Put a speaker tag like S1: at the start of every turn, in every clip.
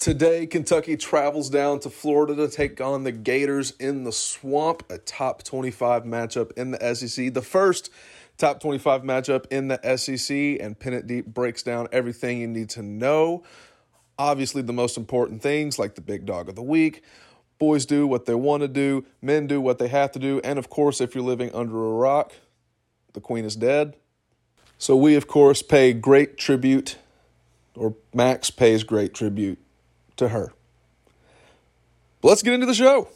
S1: Today, Kentucky travels down to Florida to take on the Gators in the Swamp, a top 25 matchup in the SEC. The first top 25 matchup in the SEC, and Pennant Deep breaks down everything you need to know. Obviously, the most important things like the big dog of the week. Boys do what they want to do, men do what they have to do, and of course, if you're living under a rock, the queen is dead. So, we of course pay great tribute, or Max pays great tribute to her. But let's get into the show.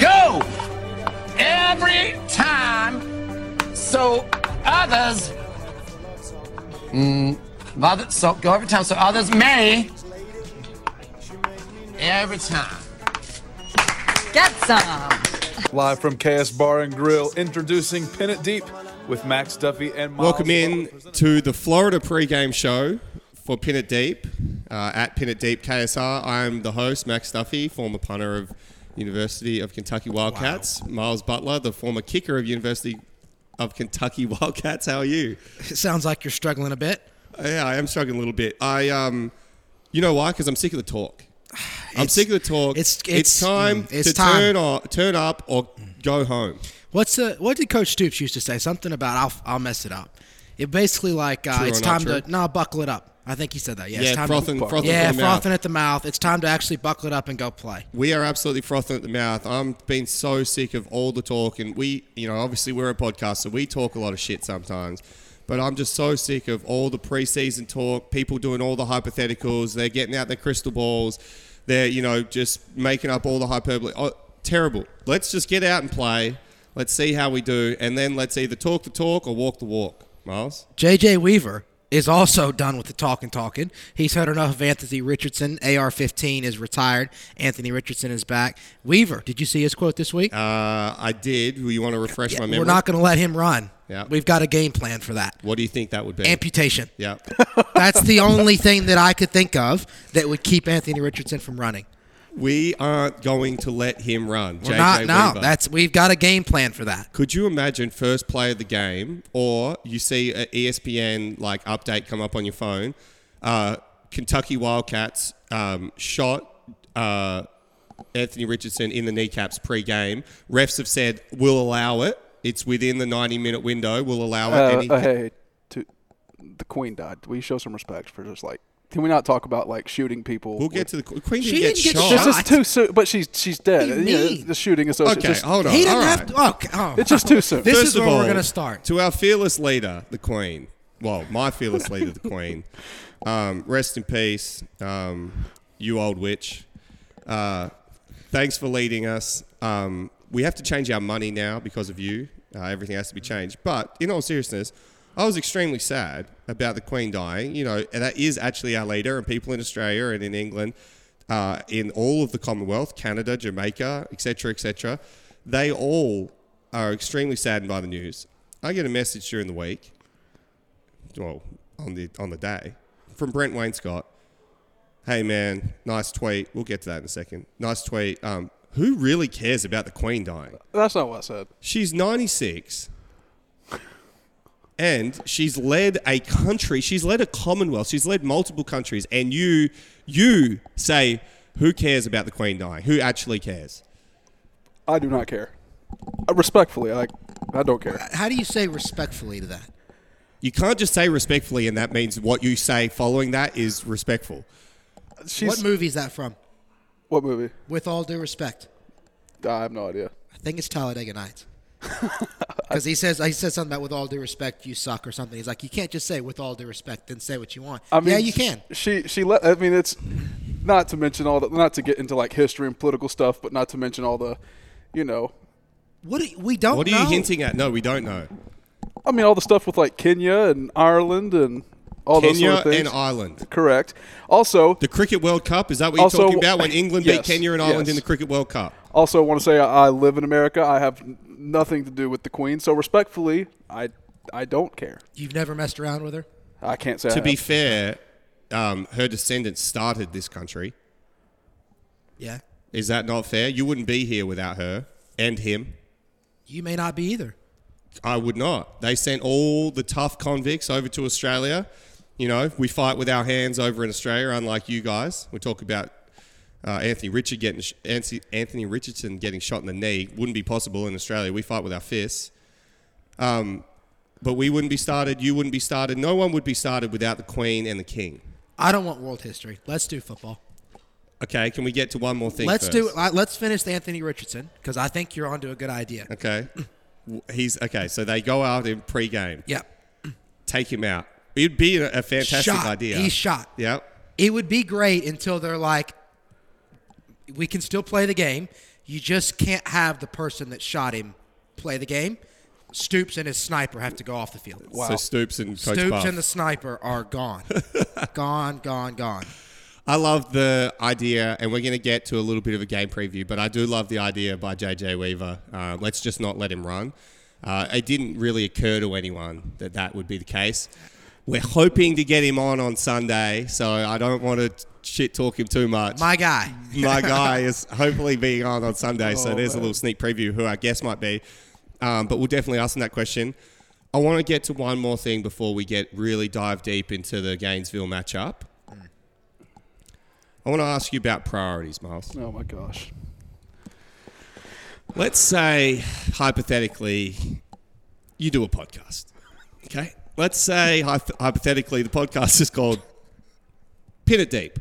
S2: Go every time so others. Mm, mother, so go every time so others may. Every time.
S3: Get some.
S1: Live from KS Bar and Grill, introducing Pin It Deep with Max Duffy and Miles
S4: Welcome in to the Florida pregame show for Pin It Deep uh, at Pin It Deep KSR. I am the host, Max Duffy, former punter of University of Kentucky Wildcats. Miles Butler, the former kicker of University of Kentucky Wildcats. How are you?
S5: It sounds like you're struggling a bit.
S4: Uh, Yeah, I am struggling a little bit. I, um, you know why? Because I'm sick of the talk. I'm
S5: It's-
S4: sick of the talk.
S5: it's- it's-
S4: time
S5: mm, it's
S4: to
S5: time.
S4: turn or turn up or go home.
S5: What's the what did Coach Stoops used to say? Something about I'll I'll mess it up. It basically like uh,
S4: True
S5: it's
S4: or not
S5: time
S4: true?
S5: to no buckle it up. I think he said that. Yeah, it's
S4: Yeah,
S5: time
S4: frothing,
S5: to,
S4: frothing,
S5: yeah,
S4: from the mouth.
S5: frothing at the mouth. It's time to actually buckle it up and go play.
S4: We are absolutely frothing at the mouth. I'm been so sick of all the talk, and we, you know, obviously we're a podcast, so we talk a lot of shit sometimes. But I'm just so sick of all the preseason talk, people doing all the hypotheticals. They're getting out their crystal balls. They're, you know, just making up all the hyperbole. Oh, terrible. Let's just get out and play. Let's see how we do, and then let's either talk the talk or walk the walk. Miles,
S5: JJ Weaver is also done with the talking talking. He's heard enough of Anthony Richardson. AR-15 is retired. Anthony Richardson is back. Weaver, did you see his quote this week?
S4: uh, I did. You want to refresh my memory?
S5: We're not going to let him run.
S4: Yeah.
S5: We've got a game plan for that.
S4: What do you think that would be?
S5: Amputation.
S4: yeah.
S5: That's the only thing that I could think of that would keep Anthony Richardson from running.
S4: We aren't going to let him run.
S5: We're
S4: JJ
S5: not no.
S4: Weaver.
S5: That's we've got a game plan for that.
S4: Could you imagine first play of the game, or you see E an ESPN like update come up on your phone? Uh, Kentucky Wildcats um, shot uh, Anthony Richardson in the kneecaps pre-game. Refs have said we'll allow it. It's within the ninety-minute window. We'll allow it.
S6: Uh,
S4: Any-
S6: uh, hey, to, the queen died. We show some respect for just like. Can we not talk about like shooting people?
S4: we'll get to the Queen.
S5: She
S4: didn't get,
S5: didn't get
S4: shot.
S6: This is
S5: shot.
S6: too soon, but she's she's dead.
S5: What do you
S6: Yeah,
S5: mean?
S6: the shooting is so.
S4: Okay,
S6: just-
S4: hold on.
S5: He didn't
S4: all
S5: have
S4: right.
S5: to. Oh, c- oh.
S6: It's just too soon.
S5: This
S4: First
S5: is
S4: of
S5: where we're
S4: all,
S5: gonna start.
S4: To our fearless leader, the Queen. Well, my fearless leader, the Queen. Um, rest in peace, um, you old witch. Uh, thanks for leading us. Um, we have to change our money now because of you. Uh, everything has to be changed. But in all seriousness, I was extremely sad about the Queen dying. You know, and that is actually our leader, and people in Australia and in England, uh, in all of the Commonwealth, Canada, Jamaica, etc., etc., they all are extremely saddened by the news. I get a message during the week, well, on the on the day, from Brent Wainscott. Hey man, nice tweet. We'll get to that in a second. Nice tweet. Um, who really cares about the Queen dying?
S6: That's not what I said.
S4: She's 96. And she's led a country. She's led a Commonwealth. She's led multiple countries. And you, you say, who cares about the Queen dying? Who actually cares?
S6: I do not care. Uh, respectfully, like I don't
S4: Uh,
S6: care.
S5: How do you say respectfully to that?
S4: You can't just say respectfully, and that means what you say following that is respectful.
S6: She's
S5: what movie is that from?
S6: what movie?
S5: With all due respect,
S6: I have no idea.
S5: I think it's Talladega Nights. Because he says he says something about with all due respect, you suck or something. He's like, you can't just say with all due respect, then say what you want.
S6: I mean,
S5: yeah, you can.
S6: She she let. I mean, it's Not to mention all the, not to get into like history and political stuff, but not to mention all the, you know,
S5: What do you- we don't
S4: What are
S5: know.
S4: you hinting at? No, we don't know.
S6: I mean all the stuff with like Kenya and Ireland and all those
S4: Kenya
S6: sort of things.
S4: and Ireland.
S6: Correct. Also,
S4: The Cricket World Cup, is that what you're
S6: Also-
S4: talking about? When England
S6: Yes,
S4: beat Kenya and Ireland
S6: yes.
S4: in the Cricket World Cup.
S6: also want to say I I live in America. I have n- nothing to do with the Queen, so respectfully, I I don't care.
S5: You've never messed around with her.
S6: I can't say I
S4: To be
S6: have.
S4: fair, um, her descendants started this country.
S5: Yeah,
S4: Is that not fair? You wouldn't be here without her and him.
S5: you may not be either.
S4: I would not. They sent all the tough convicts over to Australia. You know, we fight with our hands over in Australia, unlike you guys. We talk about uh, Anthony Richard getting sh- Anthony Anthony Richardson getting shot in the knee. Wouldn't be possible in Australia. We fight with our fists. Um, but we wouldn't be started. You wouldn't be started. No one would be started without the Queen and the King.
S5: I don't want world history. Let's do football.
S4: Okay, can we get to one more thing?
S5: Let's
S4: first?
S5: do. uh, Let's finish the Anthony Richardson because I think you're onto a good idea.
S4: Okay, W- he's okay. So they go out in pre-game.
S5: Yeah,
S4: Take him out. It'd be a, a fantastic
S5: Shot.
S4: idea.
S5: He's shot.
S4: Yep.
S5: it would be great until they're like, we can still play the game. You just can't have the person that shot him play the game. Stoops and his sniper have to go off the field.
S4: So Stoops and Coach
S5: Stoops
S4: Buff.
S5: and the sniper are gone, gone, gone, gone.
S4: I love the idea, and we're going to get to a little bit of a game preview, but I do love the idea by JJ Weaver. Uh, let's just not let him run. Uh, it didn't really occur to anyone that that would be the case. We're hoping to get him on on Sunday, so I don't want to shit talk him too much.
S5: My guy.
S4: my guy is hopefully being on on Sunday. so there's a little sneak preview who I guess might be. Um, but we'll definitely ask him that question. I want to get to one more thing before we get really dive deep into the Gainesville matchup. I want to ask you about priorities, Miles.
S6: Oh my gosh.
S4: Let's say, hypothetically, you do a podcast. Okay. Let's say, hypo- hypothetically, the podcast is called Pin It Deep.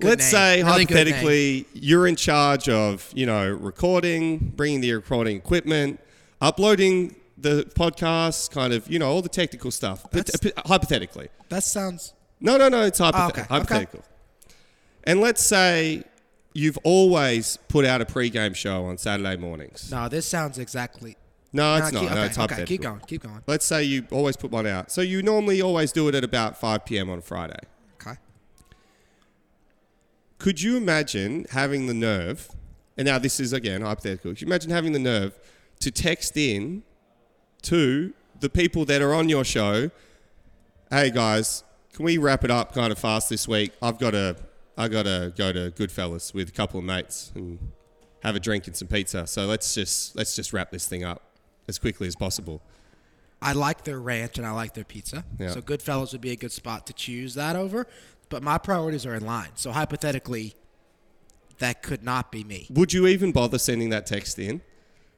S4: Let's
S5: name.
S4: say,
S5: Really good name.
S4: hypothetically, you're in charge of, you know, recording, bringing the recording equipment, uploading the podcast, kind of, you know, all the technical stuff. But hypothetically.
S5: That sounds.
S4: No, no, no. It's hypothet-
S5: Oh, okay, okay.
S4: hypothetical. And let's say you've always put out a pregame show on Saturday mornings.
S5: No, this sounds exactly.
S4: No, it's not.
S5: Nah, keep-
S4: no,
S5: okay,
S4: it's
S5: okay,
S4: hypothetical.
S5: keep going. Keep going.
S4: Let's say you always put one out. So you normally always do it at about 5 p.m. on a Friday.
S5: Okay.
S4: Could you imagine having the nerve, and now this is again hypothetical, could you imagine having the nerve to text in to the people that are on your show, hey guys, can we wrap it up kind of fast this week? I've got to, I got to go to Goodfellas with a couple of mates and have a drink and some pizza. So let's just, let's just wrap this thing up as quickly as possible.
S5: I like their ranch and I like their pizza.
S4: Yeah.
S5: So Goodfellas would be a good spot to choose that over. But my priorities are in line. So hypothetically, that could not be me.
S4: Would you even bother sending that text in?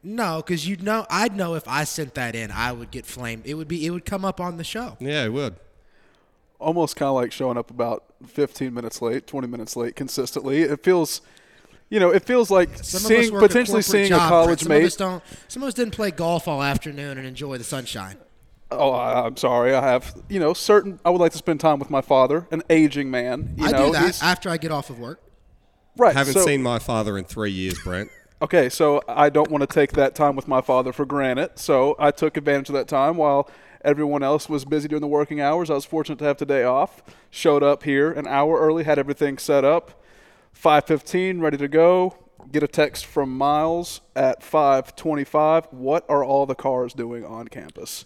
S5: No, because you'd know. I'd know if I sent that in, I would get flamed. It would be. It would come up on the show.
S4: Yeah, it would.
S6: Almost kind of like showing up about 15 minutes late, 20 minutes late consistently. It feels, you know, it feels like
S5: Some of us
S6: seeing
S5: work a
S6: potentially
S5: corporate
S6: seeing
S5: job,
S6: a
S5: Brett.
S6: college
S5: Some of us
S6: mate.
S5: don't. Some of us didn't play golf all afternoon and enjoy the sunshine.
S6: Oh, I, I'm sorry. I have, you know, certain. I would like to spend time with my father, an aging man. You
S5: I
S6: know,
S5: do that
S6: he's-
S5: after I get off of work.
S6: right.
S4: Haven't
S6: so-
S4: seen my father in three years, Brent.
S6: Okay, so I don't want to take that time with my father for granted. So I took advantage of that time while everyone else was busy doing the working hours. I was fortunate to have today off. Showed up here an hour early, had everything set up. 5:15, ready to go. Get a text from Miles at 5:25. What are all the cars doing on campus?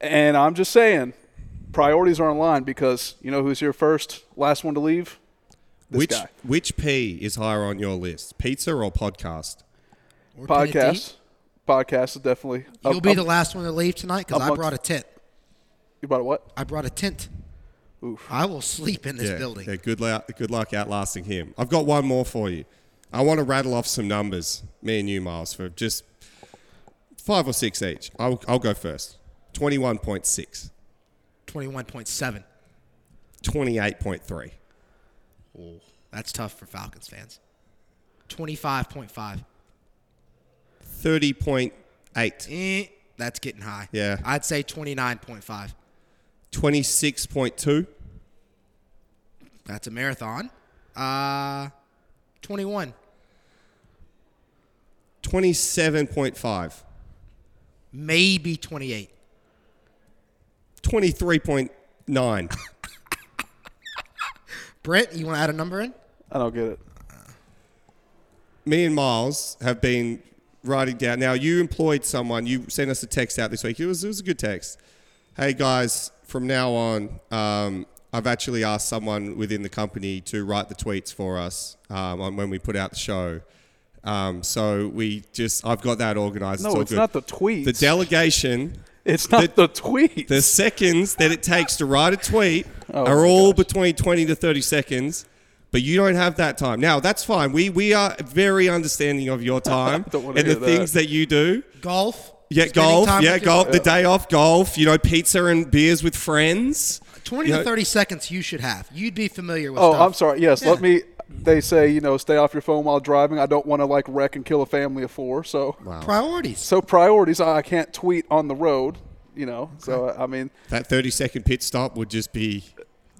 S6: And I'm just saying, priorities are online because you know who's here first, last one to leave. This
S4: which
S6: guy.
S4: which P is higher on your list, pizza or podcast?
S5: We're pinning it deep.
S6: Podcast. Podcast is definitely.
S5: You'll
S6: I'm-
S5: be
S6: I'm-
S5: the last one to leave tonight because I
S6: amongst-
S5: brought a tent.
S6: You brought a what?
S5: I brought a tent. I will sleep in this
S4: yeah,
S5: building.
S4: yeah, good, la- good luck outlasting him. I've got one more for you. I want to rattle off some numbers, me and you, Miles, for just five or six each. I'll, I'll go first 21.6,
S5: 21.7.
S4: 28.3,
S5: That's tough for Falcons fans. 25.5.
S4: 30.8,
S5: Eh, that's getting high.
S4: Yeah.
S5: I'd say 29.5.
S4: 26.2,
S5: That's a marathon. Uh, 21.
S4: 27.5.
S5: Maybe 28.
S4: 23.9.
S5: Brent, you want to add a number in?
S6: I don't get it.
S4: me and Miles have been writing down. Now you employed someone. You sent us a text out this week. It was it was a good text. Hey guys, from now on, um, I've actually asked someone within the company to write the tweets for us um, on when we put out the show. Um, so we just I've got that organised.
S6: No,
S4: all
S6: it's
S4: good.
S6: not the tweets.
S4: The delegation.
S6: It's not the, tweet.
S4: The seconds that it takes to write a tweet
S5: Oh
S4: are all between 20 to 30 seconds, but you don't have that time. Now, that's fine. We we are very understanding of your time
S6: Don't wanna
S4: and the
S6: hear that.
S4: things that you do.
S5: Golf.
S4: Yeah,
S5: Spending
S4: golf.
S5: time
S4: Yeah,
S5: with your-
S4: golf. The day off, golf, you know, pizza and beers with friends.
S5: 20
S4: You
S5: to
S4: know-
S5: 30 seconds you should have. You'd be familiar with
S6: oh,
S5: stuff.
S6: I'm sorry. Yes, let me. They say you know stay off your phone while driving. I don't want to like wreck and kill a family of four. So
S5: Priorities.
S6: so priorities. I I can't tweet on the road. You know. So I mean,
S4: That 30 second pit stop would just be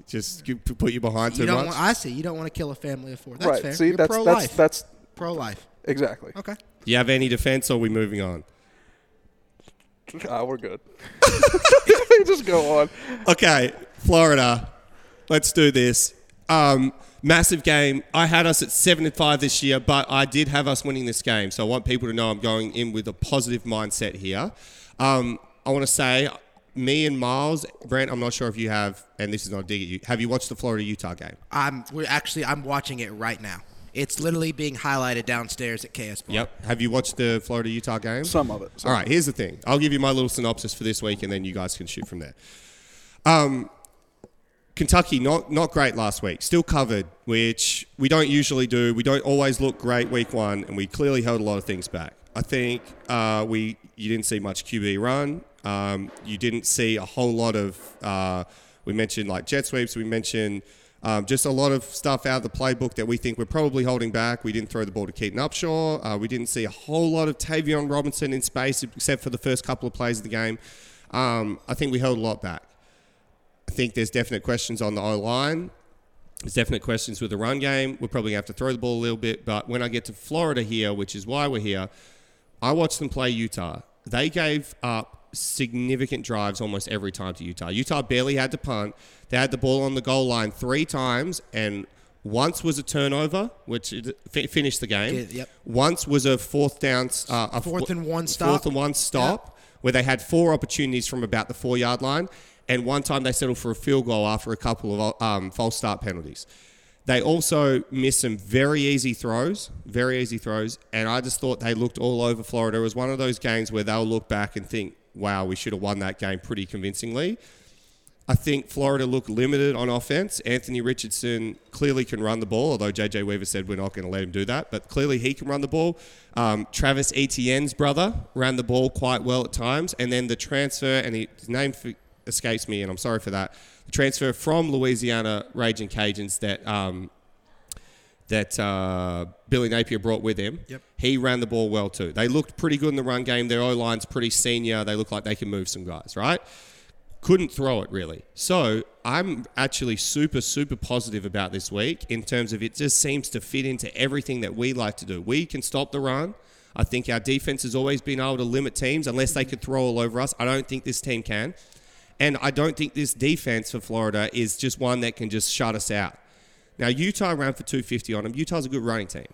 S4: just you- put you behind
S5: You
S4: too
S5: don't
S4: much.
S5: want, I see. You don't want to kill a family of four. That's
S6: right.
S5: fair.
S6: See,
S5: You're
S6: that's
S5: pro-life.
S6: that's that's
S5: pro-life.
S6: exactly.
S5: Okay.
S4: Do you have any defense or are we moving on?
S6: Ah, we're good. Just go on.
S4: Okay, Florida. Let's do this. Um, massive game. I had us at seven and five this year, but I did have us winning this game. So I want people to know I'm going in with a positive mindset here. Um, I want to say, me and Miles, Brent. I'm not sure if you have, and this is not a dig at you. Have you watched the Florida Utah game?
S5: I'm we're actually I'm watching it right now. It's literally being highlighted downstairs at KS Bar.
S4: Yep. Have you watched the Florida Utah game?
S6: Some of it, some
S4: All right. Here's the thing. I'll give you my little synopsis for this week, and then you guys can shoot from there. Um, Kentucky not not great last week. Still covered, which we don't usually do. We don't always look great week one, and we clearly held a lot of things back. I think uh, we you didn't see much QB run. Um, you didn't see a whole lot of. Uh, we mentioned like jet sweeps. We mentioned. Um, just a lot of stuff out of the playbook that we think we're probably holding back. We didn't throw the ball to Keaton Upshaw. Uh, we didn't see a whole lot of Tavion Robinson in space, except for the first couple of plays of the game. Um, I think we held a lot back. I think there's definite questions on the O line. There's definite questions with the run game. We're probably going to have to throw the ball a little bit. But when I get to Florida here, which is why we're here, I watched them play Utah. They gave up significant drives almost every time to Utah. Utah barely had to punt. They had the ball on the goal line three times, and once was a turnover, which it- fi- finished the game.
S5: Did, yep.
S4: Once was a fourth down, uh, a
S5: Fourth
S4: fo-
S5: and one
S4: Fourth
S5: stop.
S4: and one stop where they had four opportunities from about the four yard line, and one time they settled for a field goal after a couple of um, false start penalties. They also missed some very easy throws, very easy throws, and I just thought they looked all over Florida. It was one of those games where they'll look back and think, "Wow, we should have won that game pretty convincingly." I think Florida looked limited on offense. Anthony Richardson clearly can run the ball, although JJ Weaver said we're not going to let him do that, but clearly he can run the ball. Um, Travis Etienne's brother ran the ball quite well at times, and then the transfer, and he, his name f- escapes me, and I'm sorry for that. The transfer from Louisiana Raging Cajuns that um, that uh, Billy Napier brought with him.
S5: Yep.
S4: He ran the ball well too. They looked pretty good in the run game. Their O line's pretty senior. They look like they can move some guys, right? Couldn't throw it really. So I'm actually super, super positive about this week in terms of it just seems to fit into everything that we like to do. We can stop the run. I think our defense has always been able to limit teams unless they could throw all over us. I don't think this team can. And I don't think this defense for Florida is just one that can just shut us out. Now, Utah ran for 250 on them. Utah's a good running team.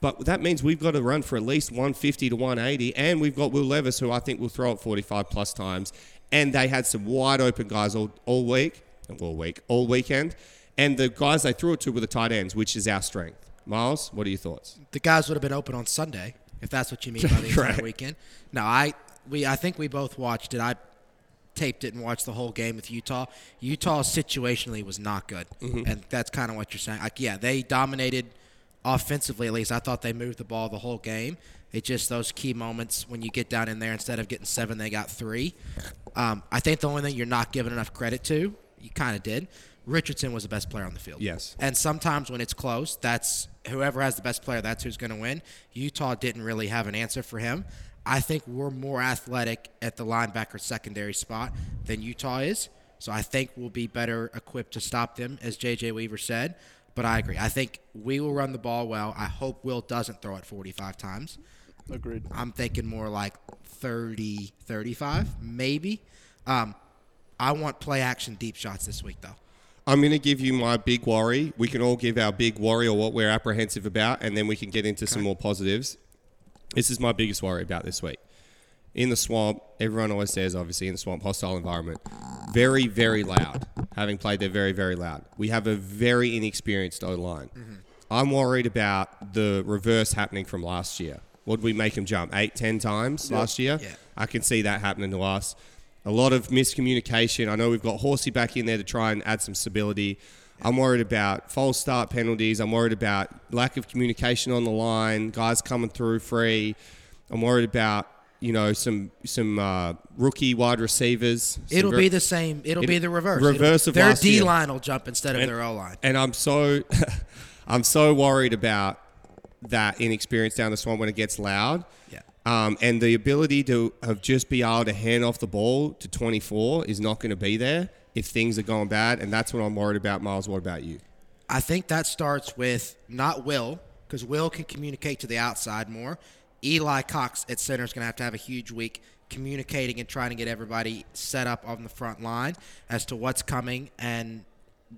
S4: But that means we've got to run for at least 150 to 180. And we've got Will Levis, who I think will throw it 45 plus times. And they had some wide open guys all, all week, all week, all weekend. And the guys they threw it to were the tight ends, which is our strength. Miles, what are your thoughts?
S5: The guys would have been open on Sunday, if that's what you mean by the entire weekend. No, I we I think we both watched it. I taped it and watched the whole game with Utah. Utah situationally was not good, and that's kind of what you're saying. Like, yeah, they dominated offensively. At least I thought they moved the ball the whole game. It's just those key moments when you get down in there. Instead of getting seven, they got three. Um, I think the only thing you're not giving enough credit to, you kind of did. Richardson was the best player on the field.
S4: Yes.
S5: And sometimes when it's close, that's whoever has the best player, that's who's going to win. Utah didn't really have an answer for him. I think we're more athletic at the linebacker secondary spot than Utah is. So I think we'll be better equipped to stop them, as JJ Weaver said. But I agree. I think we will run the ball well. I hope Will doesn't throw it 45 times.
S6: Agreed.
S5: I'm thinking more like 30, 35, maybe. Um, I want play action deep shots this week, though.
S4: I'm going to give you my big worry. We can all give our big worry or what we're apprehensive about, and then we can get into some more positives. This is my biggest worry about this week. In the swamp, everyone always says, obviously, in the swamp, hostile environment. Very, very loud. Having played there, very, very loud. We have a very inexperienced O line.
S5: Mm-hmm.
S4: I'm worried about the reverse happening from last year. What did we make them jump? Eight, ten times last year?
S5: Yeah.
S4: I can see that happening to us. A lot of miscommunication. I know we've got Horsey back in there to try and add some stability. I'm worried about false start penalties. I'm worried about lack of communication on the line, guys coming through free. I'm worried about you know some some uh, rookie wide receivers. some
S5: It'll
S4: very-
S5: be the same. It'll
S4: It-
S5: be the reverse.
S4: reverse
S5: It'll-
S4: of
S5: their
S4: last
S5: D
S4: year.
S5: line will jump instead of their O line.
S4: And I'm so I'm so worried about that inexperience down the swamp when it gets loud.
S5: Yeah.
S4: Um, and the ability to have just be able to hand off the ball to 24 is not going to be there if things are going bad, and that's what I'm worried about. Miles, what about you?
S5: I think that starts with not Will, because Will can communicate to the outside more. Eli Cox at center is going to have to have a huge week communicating and trying to get everybody set up on the front line as to what's coming and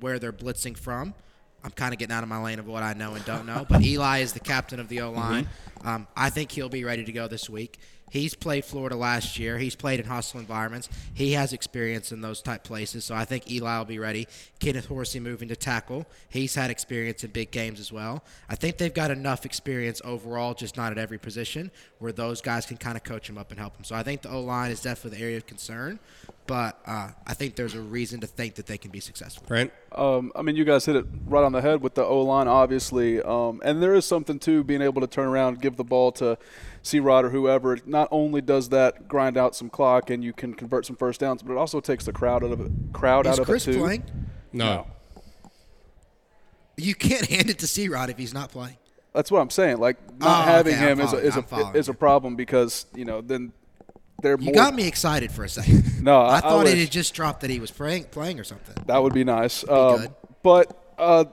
S5: where they're blitzing from. I'm kind of getting out of my lane of what I know and don't know, but Eli is the captain of the O line.
S4: Mm-hmm.
S5: Um, I think he'll be ready to go this week. He's played Florida last year. He's played in hostile environments. He has experience in those type places, so I think Eli will be ready. Kenneth Horsey moving to tackle. He's had experience in big games as well. I think they've got enough experience overall, just not at every position, where those guys can kind of coach him up and help him. So I think the O line is definitely the area of concern, but uh, I think there's a reason to think that they can be successful.
S4: Brent?
S6: Um, I mean, you guys hit it right on the head with the O line, obviously. Um, and there is something to being able to turn around, give the ball to C Rod or whoever. Not only does that grind out some clock and you can convert some first downs, but it also takes the crowd out of it. Crowd
S5: Is
S6: out of
S5: Chris
S6: it too.
S5: playing?
S4: No.
S5: You can't hand it to C Rod if he's not playing.
S6: That's what I'm saying. Like
S5: Oh,
S6: not
S5: okay,
S6: having
S5: I'm
S6: him is
S5: following,
S6: a, is
S5: I'm
S6: a
S5: following
S6: is a
S5: you.
S6: problem because you know then they're
S5: You
S6: more.
S5: got me excited for a second.
S6: No, I- I
S5: thought it
S6: wish.
S5: had just dropped that he was playing, playing or something.
S6: That would be nice. Um,
S5: good.
S6: But uh,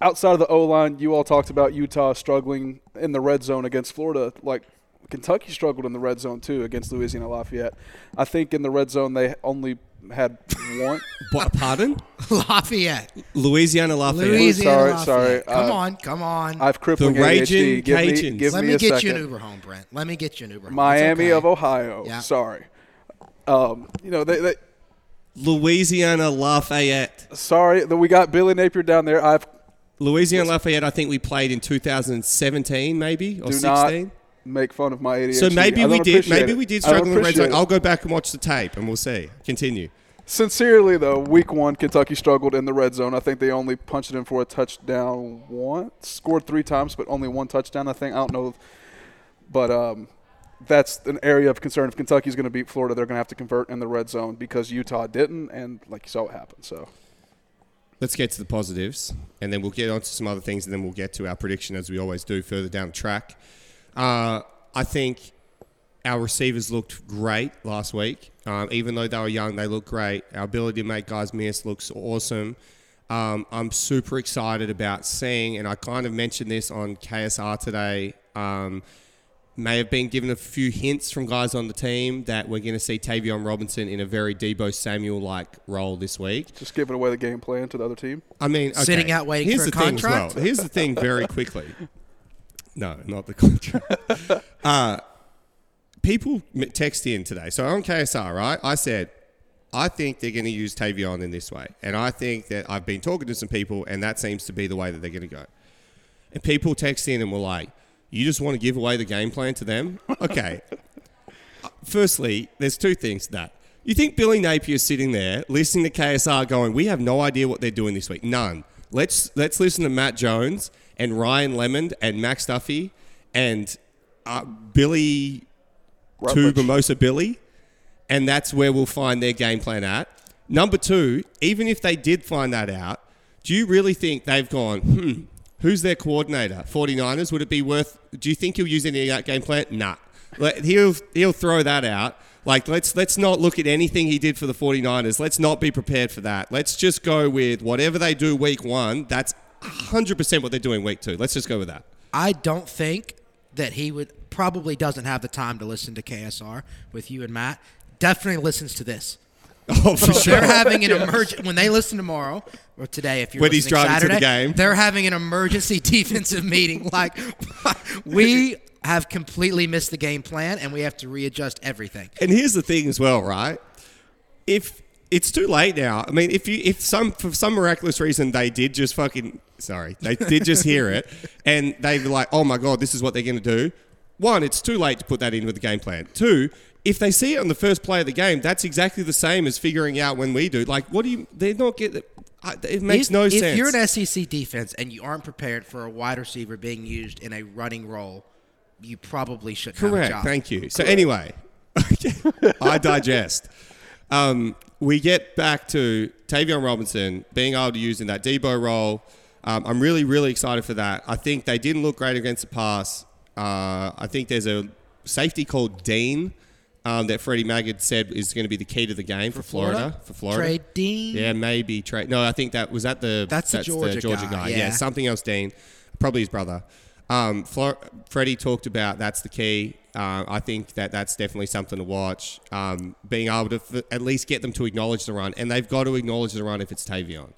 S6: outside of the O line, you all talked about Utah struggling in the red zone against Florida. Like Kentucky struggled in the red zone too against Louisiana Lafayette. I think in the red zone they only had one.
S4: P- pardon?
S5: Lafayette,
S4: Louisiana Lafayette.
S5: Louisiana.
S6: sorry, sorry.
S5: Lafayette. Come
S6: Uh,
S5: on, come on.
S6: I've crippling
S4: The raging
S6: ADHD. Give me,
S4: Cajuns.
S6: give
S5: Let
S6: me,
S5: me
S6: a
S5: get
S6: second.
S5: you an Uber home, Brent. Let me get you an Uber home. It's
S6: Miami
S5: okay.
S6: of Ohio.
S5: Yeah.
S6: Sorry. Um, you know they. they
S4: Louisiana Lafayette.
S6: sorry that we got Billy Napier down there. I've
S4: Louisiana Lafayette, I think we played in 2017, maybe, or
S6: do
S4: 16.
S6: not make fun of my ADHD.
S4: so maybe
S6: I
S4: we
S6: don't
S4: did.
S6: appreciate
S4: Maybe
S6: it.
S4: we did
S6: I don't
S4: struggle in the red
S6: appreciate
S4: zone.
S6: it.
S4: I'll go back and watch the tape, and we'll see. Continue.
S6: Sincerely, though, week one, Kentucky struggled in the red zone. I think they only punched it in for a touchdown once, scored three times, but only one touchdown. I think I don't know, but um, that's an area of concern. If Kentucky's going to beat Florida, they're going to have to convert in the red zone because Utah didn't, and like you saw what happened. So
S4: Let's get to the positives, and then we'll get on to some other things, and then we'll get to our prediction as we always do further down the track. Uh, I think our receivers looked great last week. Um, even though they were young, they looked great. Our ability to make guys miss looks awesome. Um, I'm super excited about seeing, and I kind of mentioned this on KSR today. Um, may have been given a few hints from guys on the team that we're going to see Tavion Robinson in a very Debo Samuel like role this week.
S6: just giving away the game plan to the other team.
S4: I mean, okay.
S5: Sitting out waiting
S4: Here's
S5: for a
S4: the thing as
S5: contract?
S4: well. Here's the thing, very quickly. No, not the contract. Uh, people m- text in today. So on KSR, right? I said, I think they're going to use Tavion in this way, and I think that I've been talking to some people, and that seems to be the way that they're going to go. And people text in and were like, "You just want to give away the game plan to them?" Okay, firstly, there's two things to that. You think Billy Napier's sitting there listening to KSR going, We have no idea what they're doing this week. None. Let's let's listen to Matt Jones and Ryan Lemond and Max Duffy and uh, Billy to
S6: Rutledge.
S4: Mimosa Billy, and that's where we'll find their game plan at. Number two, even if they did find that out, do you really think they've gone, hmm, who's their coordinator? 49ers? Would it be worth, do you think he'll use any of that game plan? Nah. Let- He'll, he'll throw that out. Like, let's, let's not look at anything he did for the 49ers. Let's not be prepared for that. Let's just go with whatever they do week one, that's 100% what they're doing week two. Let's just go with that.
S5: I don't think that he would probably doesn't have the time to listen to KSR with you and Matt. Definitely listens to this.
S4: Oh, for
S5: So
S4: sure.
S5: They're having an emergent when they listen tomorrow or today if you're
S4: When he's
S5: listening
S4: driving to the
S5: Saturday,
S4: game.
S5: They're having an emergency defensive meeting. Like we have completely missed the game plan and we have to readjust everything.
S4: And here's the thing as well, right? If it's too late now, I mean, if you if some for some miraculous reason they did just fucking sorry, they did just hear it, and they were like, oh my god, this is what they're going to do. One, it's too late to put that in with the game plan. Two, if they see it on the first play of the game, that's exactly the same as figuring out when we do. Like, what do you? They're not getting. I- It makes
S5: If-
S4: no
S5: if
S4: sense.
S5: you're an SEC defense and you aren't prepared for a wide receiver being used in a running role, you probably shouldn't have a
S4: Correct.
S5: job.
S4: Thank you. So anyway, I digest. Um, we get back to Tavion Robinson being able to use in that Debo role. Um, I'm really, really excited for that. I think they didn't look great against the pass. Uh, I think there's a safety called Dean um, that Freddie Maggard said is going to be the key to the game for, Florida. For Florida,
S5: Trade Dean.
S4: Yeah, maybe trade. No, I think that was that the
S5: That's the Georgia guy, yeah.
S4: something else, Dean. Probably his brother. Um, Flo- Freddie talked about that's the key. Uh, I think that that's definitely something to watch. Um, being able to f- at least get them to acknowledge the run, and they've got to acknowledge the run if it's Tavion.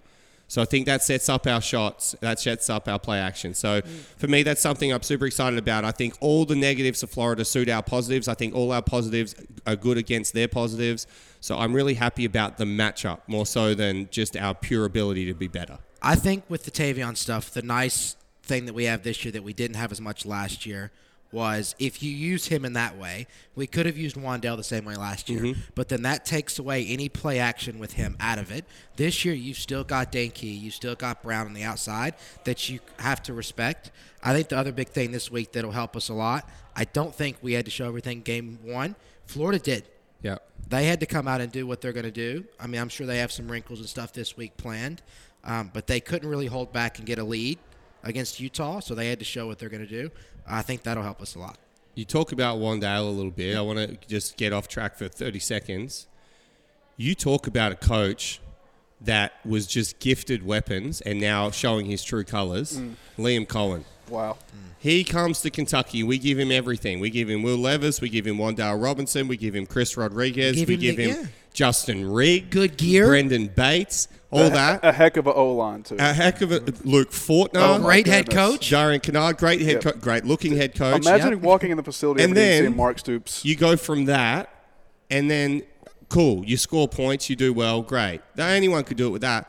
S4: So I think that sets up our shots. That sets up our play action. So for me, that's something I'm super excited about. I think all the negatives of Florida suit our positives. I think all our positives are good against their positives. So I'm really happy about the matchup more so than just our pure ability to be better.
S5: I think with the Tavion stuff, the nice thing that we have this year that we didn't have as much last year was if you use him in that way, we could have used Wandell the same way last year, but then that takes away any play action with him out of it. This year, you've still got Dankey, you've still got Brown on the outside that you have to respect. I think the other big thing this week that'll help us a lot, I don't think we had to show everything game one. Florida did
S4: Yeah.
S5: they had to come out and do what they're going to do. I mean, I'm sure they have some wrinkles and stuff this week planned, um, but they couldn't really hold back and get a lead against Utah, so they had to show what they're going to do. I think that'll help us a lot.
S4: You talk about Wandale a little bit. I want to just get off track for 30 seconds. You talk about a coach that was just gifted weapons and now showing his true colors.
S6: Mm.
S4: Liam Cohen.
S6: Wow.
S4: He comes to Kentucky. We give him everything. We give him Will Levis. We give him Wandale Robinson. We give him Chris Rodriguez.
S5: Give
S4: we
S5: him
S4: give
S5: the-
S4: him
S5: yeah.
S4: Justin Rigg.
S5: Good gear.
S4: Brendan Bates. All that.
S6: A heck of a O line too.
S4: A heck of a Luke Fortner.
S6: Oh my
S5: Great head
S6: goodness.
S5: coach.
S4: Jaron Kennard. Great head.
S6: Yeah.
S4: Co- great looking head coach.
S6: Imagine
S5: Yep.
S6: walking in the facility
S4: And
S6: and then
S4: then-
S6: seeing Mark Stoops.
S4: You go from that, and then cool. You score points. You do well. Great. Now, anyone could do it with that.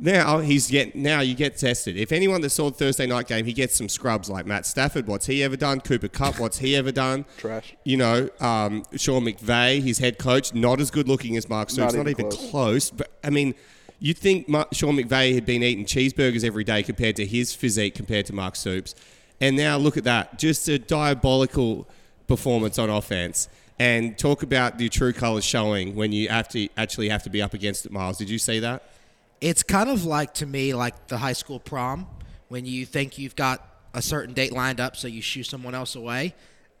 S4: Now oh, he's get now you get tested. If anyone that saw the Thursday night game, he gets some scrubs like Matt Stafford. What's he ever done? Cooper Cup. What's he ever done?
S6: Trash.
S4: You know, um, Sean McVay, his head coach, not as good looking as Mark Stoops. Not,
S6: Not even
S4: even
S6: close.
S4: close. But I mean, you'd think Mar- Sean McVay had been eating cheeseburgers every day compared to his physique compared to Mark Stoops, and now look at that, just a diabolical performance on offense. And talk about the true colors showing when you have to actually have to be up against it. Miles, did you see that?
S5: It's kind of like to me like the high school prom when you think you've got a certain date lined up, so you shoo someone else away,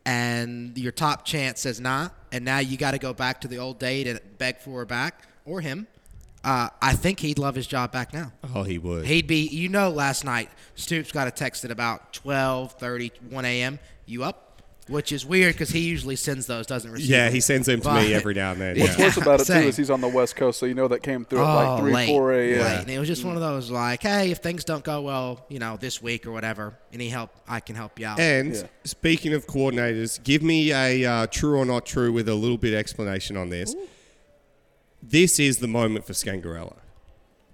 S5: and your top chance says nah, and now you got to go back to the old date and beg for her back or him. Uh, I think he'd love his job back now.
S4: Oh, he would.
S5: He'd be, you know, last night Stoops got a text at about 12, 1 a.m. You up? Which is weird because he usually sends those, doesn't receive.
S4: yeah,
S5: them.
S4: he sends them to
S5: But-
S4: me every now and then.
S6: What's
S4: Yeah.
S6: worse about it
S5: same.
S6: too is he's on the West Coast, so you know that came through at
S5: Oh,
S6: like three,
S5: late,
S6: four a.m.
S5: late. And it was just
S4: Mm.
S5: one of those like, hey, if things don't go well, you know, this week or whatever, any help, I can help you out.
S4: And speaking of coordinators, give me a uh, true or not true with a little bit explanation on this. This is the moment for Scangarella.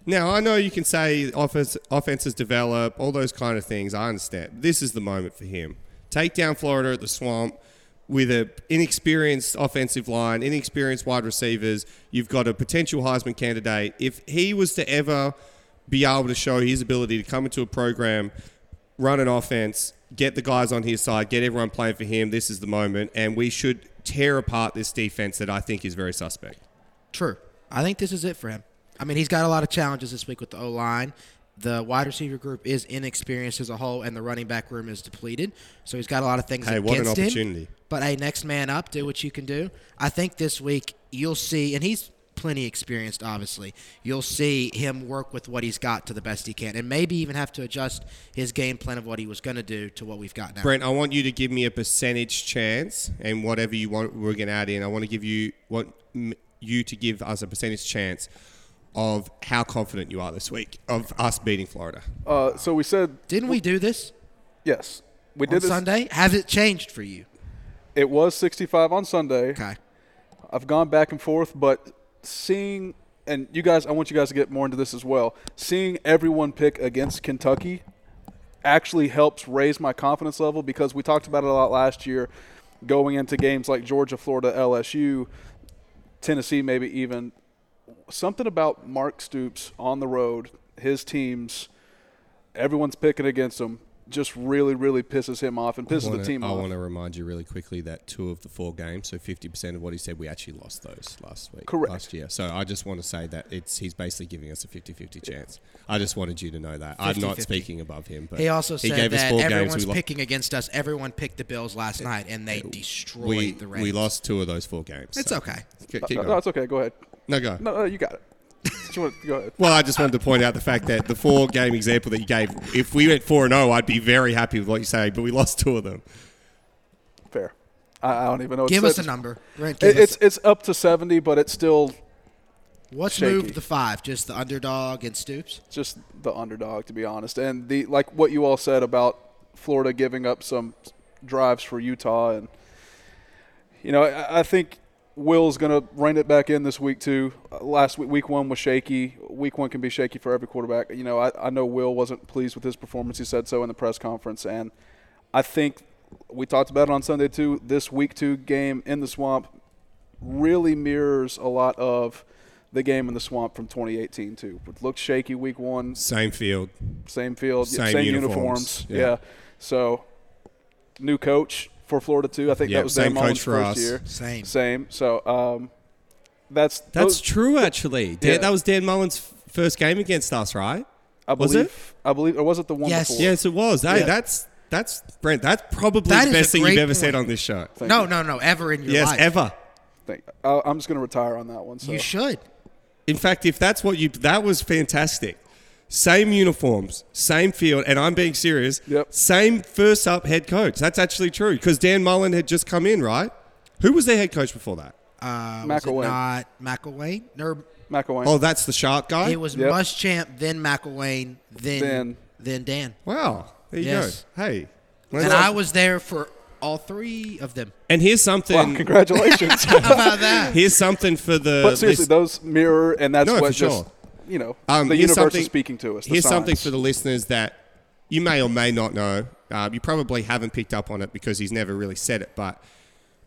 S4: Now I know you can say offense, offenses develop, all those kind of things. I understand. This is the moment for him. Take down Florida at the swamp with an inexperienced offensive line, inexperienced wide receivers. You've got a potential Heisman candidate. If he was to ever be able to show his ability to come into a program, run an offense, get the guys on his side, get everyone playing for him, this is the moment, and we should tear apart this defense that I think is very suspect.
S5: True. I think this is it for him. I mean, he's got a lot of challenges this week with the O line. The wide receiver group is inexperienced as a whole, and the running back room is depleted. So he's got a lot of things
S4: Hey,
S5: against
S4: what an
S5: him.
S4: opportunity.
S5: But hey, next man up. Do what you can do. I think this week you'll see, and he's plenty experienced, obviously. You'll see him work with what he's got to the best he can, and maybe even have to adjust his game plan of what he was going to do to what we've got now.
S4: Brent, I want you to give me a percentage chance, and whatever you want, we're going to add in. I want to give you want m- you to give us a percentage chance of how confident you are this week of us beating Florida.
S6: Uh, so we said
S5: Didn't we do this
S6: yes. We
S5: on
S6: did this.
S5: Sunday? Has it changed for you?
S6: It was 65 on Sunday.
S5: Okay.
S6: I've gone back and forth, but seeing and you guys, I want you guys to get more into this as well. Seeing everyone pick against Kentucky actually helps raise my confidence level because we talked about it a lot last year going into games like Georgia, Florida, LSU, Tennessee, maybe even something about Mark Stoops on the road, his teams, everyone's picking against him just really really pisses him off and pisses the
S4: Wanna-
S6: team
S4: I
S6: off.
S4: want to remind you really quickly that two of the four games, so 50% of what he said, we actually lost those last week.
S6: Correct.
S4: Last year. So I just want to say that it's he's basically giving us a 50 50 chance. I just wanted you to know that. I'm not
S5: 50-50.
S4: speaking above him, but
S5: He also said
S4: gave us
S5: that
S4: four
S5: everyone's
S4: games. We, lo-
S5: picking against us. Everyone picked the Bills last night, and they destroyed
S4: we,
S5: the Ravens.
S4: we lost two of those four games.
S5: It's
S4: so-
S5: okay.
S4: Ke- keep
S6: No,
S4: going.
S6: no, it's okay. Go ahead.
S4: No, go.
S6: No, no, you got it. Just wanna- go ahead.
S4: Well, I just wanted to point out the fact that the four game example that you gave, if we went 4 and 0, I'd be very happy with what you say, but we lost two of them.
S6: Fair. I, I don't even know. what to
S5: Give
S6: say.
S5: us a number. Brent, give
S6: It,
S5: us
S6: it's it's up to seventy, but it's still
S5: What's
S6: shaky.
S5: moved the five? Just the underdog and Stoops?
S6: just the underdog, to be honest. And the like what you all said about Florida giving up some drives for Utah, and you know, I, I think Will's going to rein it back in this week too. Uh, Last week, week one was shaky. Week one can be shaky for every quarterback. You know, I, I know Will wasn't pleased with his performance. He said so in the press conference, and I think we talked about it on Sunday too. This week two game in the swamp really mirrors a lot of. The game in the swamp from 2018 too. It looked shaky week one
S4: Same field.
S6: same field,
S4: Same
S6: same,
S4: uniforms,
S6: uniforms.
S4: yeah.
S6: Yeah. So, new coach for Florida too. I think
S4: Yeah,
S6: that was
S4: same
S6: Dan Mullen's
S4: coach for
S6: first
S4: us.
S6: year.
S5: Same.
S6: Same. So, um, that's
S4: That's
S6: those-
S4: true, actually. Dan,
S6: Yeah.
S4: That was Dan Mullen's f- first game against us, right?
S6: I
S4: was
S6: believe.
S4: it?
S6: I believe. Or was it the one
S5: Yes.
S6: before?
S4: Yes, it was. Hey,
S6: Yeah.
S4: that's that's Brent. That's probably
S5: That
S4: the
S5: is a
S4: best thing you've
S5: great
S4: ever said
S5: point.
S4: on this show.
S5: No, no, no. Ever in your
S4: yes,
S5: life.
S4: ever.
S6: Thank- I, I'm just going to retire on that one. So.
S5: You should.
S4: In fact, if that's what you that was fantastic. Same uniforms, same field, and I'm being serious.
S6: Yep.
S4: Same first up head coach. That's actually true because Dan Mullen had just come in, right? Who was their head coach before that?
S5: Uh, was it
S6: McElwain.
S5: not McElwain? No,
S6: McElwain.
S4: Oh, that's the sharp guy.
S5: it was
S6: Yep.
S5: Muschamp, then McElwain, then then,
S6: Then-
S5: Dan.
S4: wow. There you
S5: Yes.
S4: go. Hey.
S5: And I was there for all three of them.
S4: And here's
S6: Wow,
S4: something.
S6: congratulations.
S5: How about that?
S4: here's something for the.
S6: but seriously,
S4: list-
S6: those mirror, and that's
S4: No,
S6: what
S4: for
S6: just
S4: sure.
S6: you know
S4: Um,
S6: the
S4: here's
S6: universe
S4: something-
S6: is speaking to us. The
S4: here's something
S6: signs.
S4: for the listeners that you may or may not know. Uh, you probably haven't picked up on it because he's never really said it, but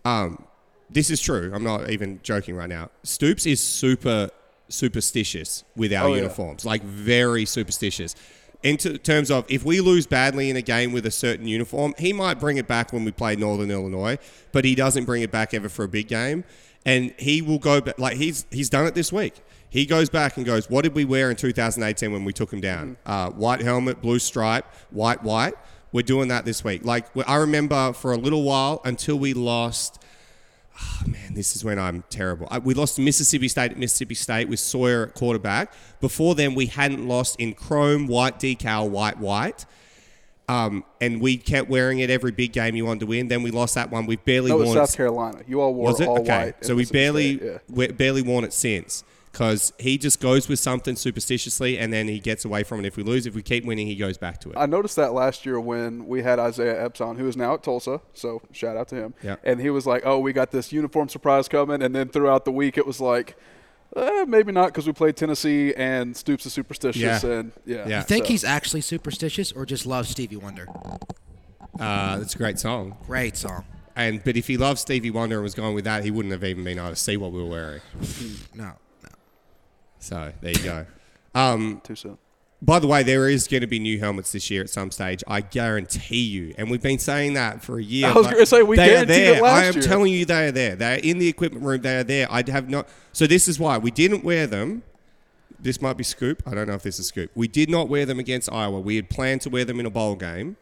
S4: um, this is true. I'm not even joking right now. Stoops is super superstitious with our
S6: Oh, yeah.
S4: uniforms, like very superstitious. In t- terms of if we lose badly in a game with a certain uniform, he might bring it back when we play Northern Illinois, but he doesn't bring it back ever for a big game. And he will go back, like he's he's done it this week. He goes back and goes, "What did we wear in 2018 when we took him
S6: Mm.
S4: down? Uh, white helmet, blue stripe, white, white. We're doing that this week. Like we- I remember for a little while until we lost man, this is when I'm terrible. I, we lost to Mississippi State at Mississippi State with Sawyer at quarterback. Before then, we hadn't lost in chrome, white decal, white, white. Um, and we kept wearing it every big game you wanted to win. Then we lost that one. We've barely
S6: that was
S4: worn it
S6: South Carolina. You all wore
S4: was it
S6: all
S4: okay?
S6: white.
S4: So
S6: at
S4: we
S6: Mississippi
S4: barely
S6: State, yeah.
S4: we barely worn it since because he just goes with something superstitiously and then he gets away from it. If we lose, if we keep winning, he goes back to it.
S6: I noticed that last year when we had Isaiah Epps on, who is now at Tulsa. So shout out to him.
S4: Yeah.
S6: And he was like, "Oh, we got this uniform surprise coming," and then throughout the week it was like, eh, "Maybe not," because we played Tennessee and Stoops is superstitious,
S4: Yeah.
S6: and yeah,
S4: Yeah.
S5: I think
S6: so.
S5: he's actually superstitious or just loves Stevie Wonder.
S4: Uh, that's a great song.
S5: Great song.
S4: And but if he loved Stevie Wonder and was going with that, he wouldn't have even been able to see what we were wearing.
S5: No, no.
S4: So there you go. Um,
S6: too soon.
S4: by the way, there is going to be new helmets this year at some stage. I guarantee you. And we've been saying that for a year.
S6: I was
S4: but
S6: gonna say, we
S4: they are
S6: guaranteed it
S4: there.
S6: last
S4: I am
S6: year.
S4: telling you, they are there. They are in the equipment room. They are there. I have not. So this is why we didn't wear them. This might be scoop. I don't know if this is scoop. We did not wear them against Iowa. We had planned to wear them in a bowl game.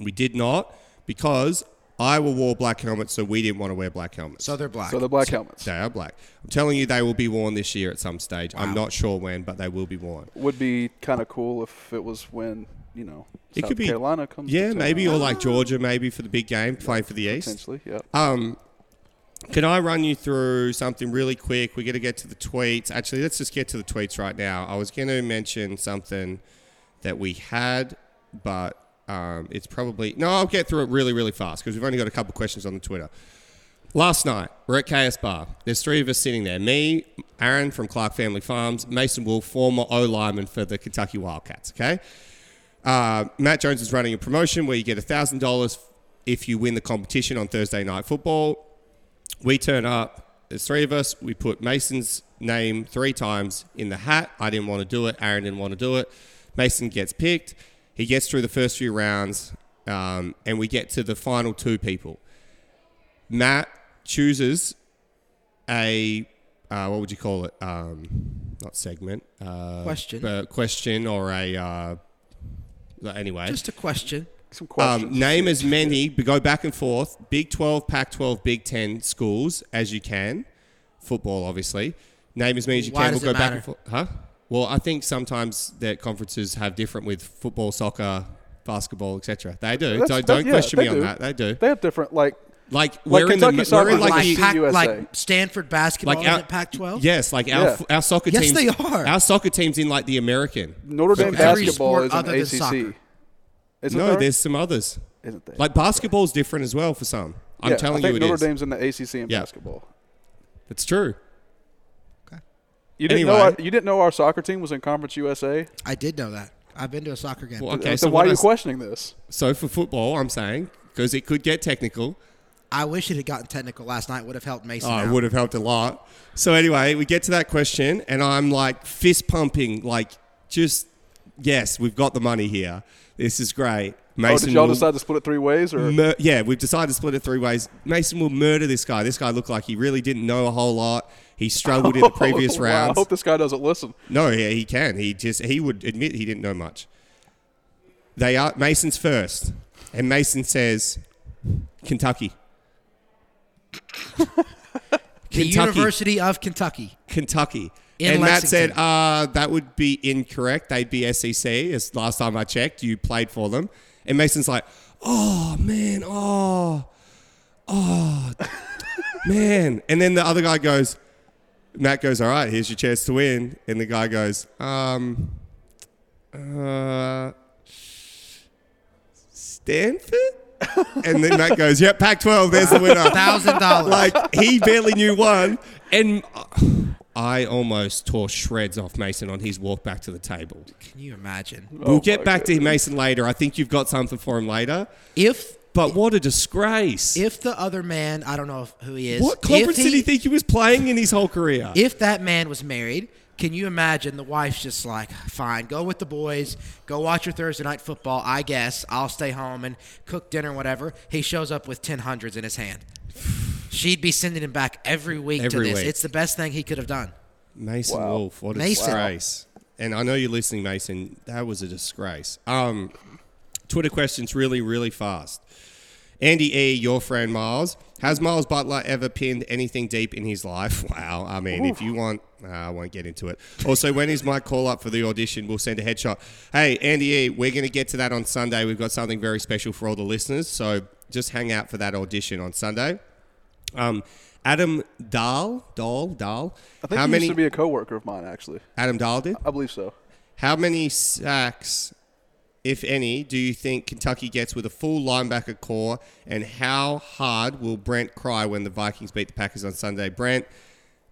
S4: We did not because Iowa wore black helmets, so we didn't want to wear black helmets.
S5: So they're black.
S6: So the black helmets
S4: they are black. I'm telling you, they will be worn this year at some stage. I'm not sure when, but they will be worn.
S6: would be kind of cool if it was when you know
S4: It
S6: South
S4: could be
S6: Carolina comes.
S4: yeah,
S6: to town,
S4: maybe or like Georgia, maybe for the big game, playing for the East.
S6: potentially. Yeah,
S4: Uh, Can I run you through something really quick? We're going to get to the tweets. Actually, let's just get to the tweets right now. I was going to mention something that we had, but um, it's probably. No, I'll get through it really, really fast because we've only got a couple questions on the Twitter. Last night, we're at KS Bar. There's three of us sitting there me, Aaron from Clark Family Farms, Mason Wolf, former O lineman for the Kentucky Wildcats, okay? Uh, Matt Jones is running a promotion where you get $1,000 if you win the competition on Thursday Night Football. We turn up, there's three of us. We put Mason's name three times in the hat. I didn't want to do it. Aaron didn't want to do it. Mason gets picked. He gets through the first few rounds, um, and we get to the final two people. Matt chooses a, uh, what would you call it? Um, not segment. Uh,
S5: Question.
S4: But question or a, uh, anyway.
S5: Just a question.
S6: some
S4: Um,
S6: questions.
S4: name as many, but go back and forth. Big 12, Pac 12, Big 10 schools as you can. Football, obviously. Name as many as you
S5: Why
S4: can.
S5: does
S4: we'll
S5: it
S4: go back and forth. Huh? Well, I think sometimes that conferences have different with football, soccer, basketball, etc. They do.
S6: That's-
S4: so
S6: that-
S4: don't
S6: yeah,
S4: question
S6: they
S4: me on
S6: do.
S4: that. They do.
S6: They have different like
S4: like,
S6: Like
S4: we're in the
S6: Kentucky
S4: mi-
S6: soccer
S4: we're in like,
S6: is
S4: the,
S6: like
S5: Pac,
S6: USA.
S5: like Stanford basketball
S4: like uh,
S5: is
S4: our
S5: at Pac-12.
S4: Yes, like our
S6: Yeah.
S4: f- our soccer
S5: Yes,
S4: teams.
S5: they are.
S4: Our soccer teams in like the American.
S6: Notre Dame
S5: every
S6: basketball
S5: sport
S6: is an
S5: other than
S6: ACC.
S5: soccer.
S6: Isn't
S4: No,
S6: there?
S4: there's some others.
S6: Isn't there?
S4: Like basketball's different as well for some. I'm
S6: Yeah,
S4: telling
S6: I
S4: you,
S6: think
S4: it is.
S6: Notre Dame's in the ACC in
S4: Yeah.
S6: basketball.
S4: It's true.
S6: You didn't know
S4: Anyway.
S6: our, you didn't know our soccer team was in Conference USA.
S5: I did know that. I've been to a soccer game.
S4: Well, okay, so
S6: so why
S4: what
S6: are you
S4: is-
S6: questioning this?
S4: So for football, I'm saying because it could get technical.
S5: I wish it had gotten technical last night. Would have helped Mason.
S4: Oh,
S5: out.
S4: it would have helped a lot. So anyway, we get to that question, and I'm like fist pumping, like just yes, we've got the money here. This is great.
S6: Oh,
S4: Mason
S6: did y'all
S4: will
S6: decide to split it three ways or?
S4: mur- yeah, we've decided to split it three ways. Mason will murder this guy. This guy looked like he really didn't know a whole lot. He struggled in the previous
S6: Wow,
S4: rounds.
S6: I hope this guy doesn't listen.
S4: No, yeah, he can. He just he would admit he didn't know much. They are Mason's first, and Mason says, "Kentucky,
S5: the
S4: Kentucky.
S5: University of Kentucky.
S4: Kentucky."
S5: In
S4: and Matt said,
S5: Lexington.
S4: "Uh, that would be incorrect. They'd be SEC. As last time I checked, you played for them." And Mason's like, "Oh man, oh, oh, man." And then the other guy goes, Matt goes, "All right, here's your chance to win." And the guy goes, "Um, uh, Stanford." And then Matt goes, "Yep, Pac-12. There's the winner."
S5: Thousand dollars.
S4: Like he barely knew one, and I almost tore shreds off Mason on his walk back to the table.
S5: Can you imagine?
S4: we'll get back to Mason later. I think you've got something for him later.
S5: If
S4: But what a disgrace!
S5: if the other man, I don't know if, who he is.
S4: what conference
S5: if
S4: did he think he was playing in his whole career?
S5: If that man was married, can you imagine the wife's just like, fine, go with the boys, go watch your Thursday night football. I guess I'll stay home and cook dinner, whatever. He shows up with ten hundreds in his hand. She'd be sending him back every week
S4: Every
S5: to this.
S4: week.
S5: It's the best thing he could have done.
S4: Mason Wolf, what a
S5: Mason.
S4: disgrace. And I know you're listening, Mason. That was a disgrace. Um, Twitter questions really, really fast. Andy E, your friend Miles. Has Miles Butler ever pinned anything deep in his life? Wow. I mean, if you want, nah, I won't get into it. Also, when is my call up for the audition? We'll send a headshot. Hey, Andy E, we're going to get to that on Sunday. We've got something very special for all the listeners. So just hang out for that audition on Sunday. Um, Adam Dahl, Dahl, Dahl.
S6: I think
S4: how
S6: he
S4: many,
S6: used to be a coworker of mine actually.
S4: Adam Dahl did.
S6: I believe so.
S4: How many sacks, if any, do you think Kentucky gets with a full linebacker core? And how hard will Brent cry when the Vikings beat the Packers on Sunday? Brent,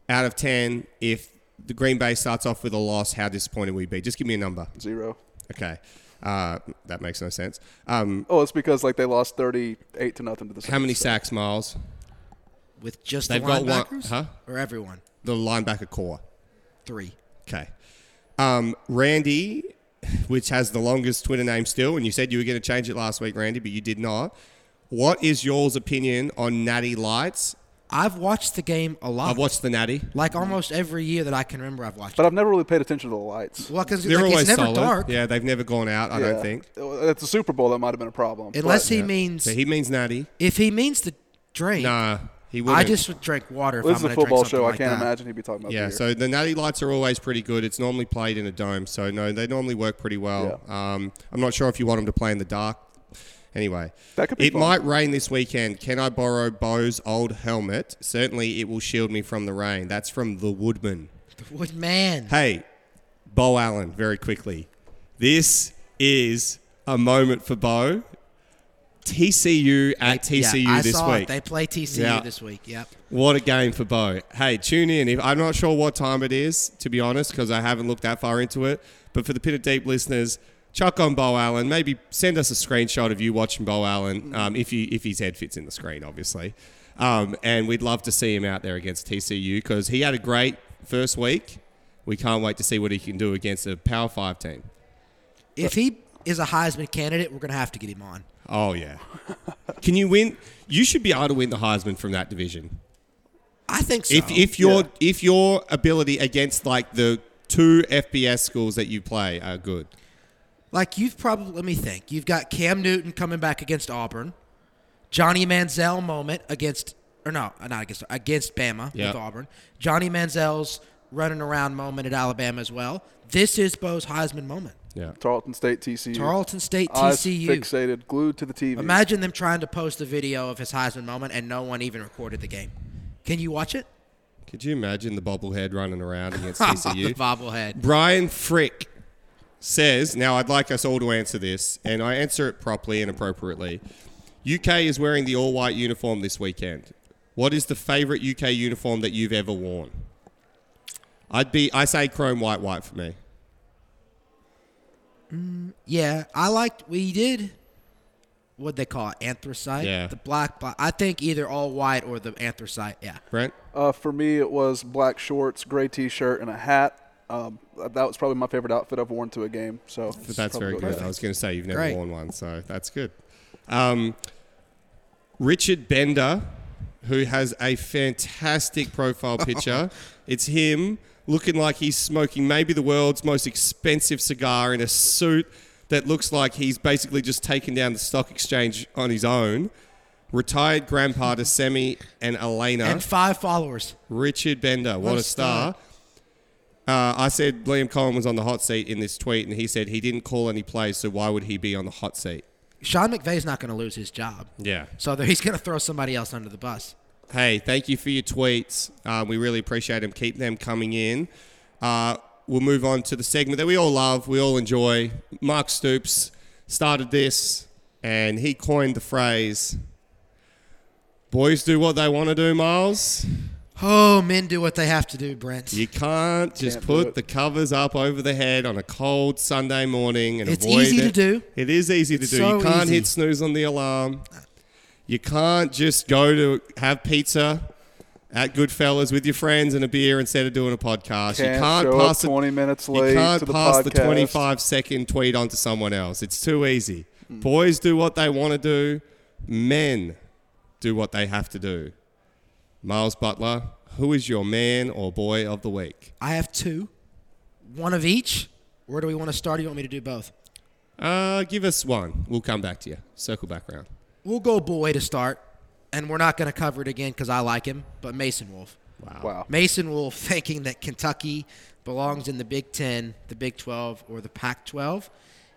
S4: out of 10, if the Green Bay starts off with a loss, how disappointed will you be? Just give me a number.
S6: Zero.
S4: Okay. Uh, that makes no sense. Um,
S6: Oh, it's because like they lost thirty-eight to nothing to the.
S4: how many
S6: Saints, so-
S4: sacks, Miles?
S5: With just
S4: They've
S5: the
S4: got one-
S5: linebackers,
S4: huh?
S5: or everyone
S4: The linebacker core.
S5: three.
S4: Okay. Um, Randy, which has the longest Twitter name still, and you said you were going to change it last week, Randy, but you did not. What is y'all's opinion on natty lights?
S5: I've watched the game a lot.
S4: I've watched the Natty.
S5: Oh. like almost every year that I can remember, I've watched.
S6: But
S5: it.
S6: I've never really paid attention to the lights.
S5: Well, because
S4: They're always
S5: it's never
S4: solid.
S5: dark
S4: Yeah, they've never gone out. I
S6: Yeah.
S4: don't think.
S6: At the Super Bowl, that might have been a problem.
S5: unless
S6: but-
S5: he means
S4: So he means Natty.
S5: if he means to drink.
S4: Nah, he wouldn't.
S5: I just would drink water. If
S6: Well, this
S5: I'm
S6: is
S5: gonna
S6: a
S5: drink
S6: football
S5: something
S6: show.
S5: Like
S6: I can't
S5: that.
S6: imagine he'd be talking about
S4: Yeah,
S6: beer.
S4: so the natty lights are always pretty good. It's normally played in a dome, so no, they normally work pretty well. Um, I'm not sure if you want them to play in the dark. Anyway,
S6: That could be
S4: it
S6: fun.
S4: might rain this weekend. Can I borrow Bo's old helmet? Certainly, it will shield me from the rain. That's from The Woodman.
S5: Would man?
S4: Hey, Bo Allen, very quickly. This is a moment for Bo. TCU at TCU
S5: yeah, I
S4: this
S5: saw
S4: week.
S5: It. They play TCU
S4: Yeah.
S5: this week. Yep.
S4: What a game for Bo. Hey, tune in. If, I'm not sure what time it is, to be honest, because I haven't looked that far into it. But for the Pit of Deep listeners, chuck on Bo Allen. Maybe send us a screenshot of you watching Bo Allen um, if, you, if his head fits in the screen, obviously. Um, and we'd love to see him out there against TCU because he had a great first week. We can't wait to see what he can do against a Power 5 team.
S5: If he is a Heisman candidate, we're gonna have to get him on.
S4: Oh, yeah. can you win? You should be able to win the Heisman from that division.
S5: I think so.
S4: if if your if your ability against like the two FBS schools that you play are good.
S5: like you've probably let me think. You've got Cam Newton coming back against Auburn, Johnny Manziel moment against or no, not against against Bama
S4: Yeah.
S5: with Auburn. Johnny Manziel's running around moment at Alabama as well. This is Bo's Heisman moment.
S4: Yeah.
S6: Tarleton State TCU.
S5: Tarleton State
S6: Eyes
S5: TCU.
S6: fixated, glued to the TV.
S5: Imagine them trying to post a video of his Heisman moment and no one even recorded the game. Can you watch it?
S4: Could you imagine the bobblehead running around against
S5: the
S4: TCU?
S5: bobblehead.
S4: Brian Frick says, now I'd like us all to answer this, and I answer it properly and appropriately. UK is wearing the all white uniform this weekend. What is the favorite UK uniform that you've ever worn? I'd be I say chrome white white for me.
S5: Yeah, I liked. We did. What they call it, anthracite.
S4: Yeah.
S5: The black, black. I think either all white or the anthracite. Yeah.
S4: Brent?
S6: Uh, for me, it was black shorts, gray T-shirt, and a hat. Um, that was probably my favorite outfit I've worn to a game. So
S4: That's
S6: probably
S4: very
S6: what
S4: good.
S6: it
S4: I
S6: is.
S4: was going to say you've never
S5: Great.
S4: worn one, so that's good. Um, Richard Bender, who has a fantastic profile picture, it's him looking like he's smoking maybe the world's most expensive cigar in a suit that looks like he's basically just taken down the stock exchange on his own. Retired grandpa to Semi and Elena.
S5: And five followers.
S4: Richard Bender, what,
S5: What
S4: a
S5: a
S4: star. Uh, I said Liam Cohen was on the hot seat in this tweet, and he said he didn't call any plays, so why would he be on the hot seat?
S5: Sean McVay's not going to lose his job.
S4: Yeah.
S5: So there- he's going to throw somebody else under the bus.
S4: Hey, thank you for your tweets. Uh, we really appreciate them. Keep them coming in. Uh, we'll move on to the segment that we all love, we all enjoy. Mark Stoops started this, and he coined the phrase Boys do what they want to do, Miles.
S5: Oh, men do what they have to do, Brent.
S4: You can't just
S6: Can't do
S4: put
S6: it.
S4: the covers up over the head on a cold Sunday morning and
S5: It's
S4: avoid
S5: easy to
S4: it.
S5: do.
S4: It is easy
S5: It's
S4: to do. you
S5: so
S4: can't
S5: easy.
S4: hit snooze on the alarm. You can't just go to have pizza at Goodfellas with your friends and a beer instead of doing a podcast. you
S6: Can't
S4: can't
S6: show up
S4: pass the-
S6: 20 minutes
S4: You
S6: late
S4: can't
S6: to the
S4: pass the
S6: podcast.
S4: 25 second tweet onto someone else. It's too easy.
S6: Mm.
S4: Boys do what they want to do. Men do what they have to do. Miles Butler, who is your man or boy of the week?
S5: I have two, one of each. Where do we want to start? Or you want me to do both?
S4: Uh, give us one. We'll come back to you. Circle back round.
S5: We'll go boy to start, and we're not going to cover it again because I like him. But Mason Wolf.
S6: Wow.
S5: Mason Wolf thinking that Kentucky belongs in the Big Ten, the Big 12, or the Pac 12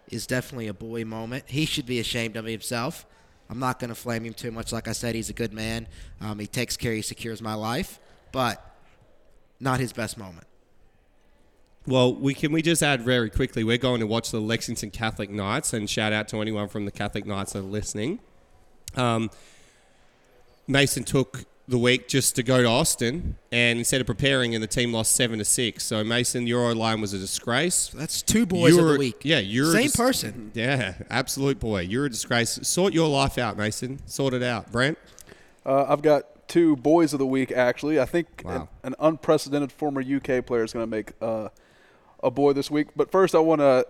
S5: is definitely a boy moment. He should be ashamed of himself. I'm not going to flame him too much. Like I said, he's a good man. Um, he takes care, he secures my life, but not his best moment.
S4: Well, we can we just add very quickly. We're going to watch the Lexington Catholic Knights, and shout out to anyone from the Catholic Knights that are listening. Um, Mason took the week just to go to Austin, and instead of preparing, and the team lost seven to six. So Mason, your line was a disgrace.
S5: That's two boys of
S4: You're-
S5: the week.
S4: yeah, you're
S5: same
S4: just-
S5: person.
S4: Yeah, absolute boy. You're a disgrace. Sort your life out, Mason. Sort it out, Brent.
S6: Uh, I've got two boys of the week actually. I think
S4: Wow.
S6: an, an unprecedented former UK player is going to make uh, a boy this week. But first, I want to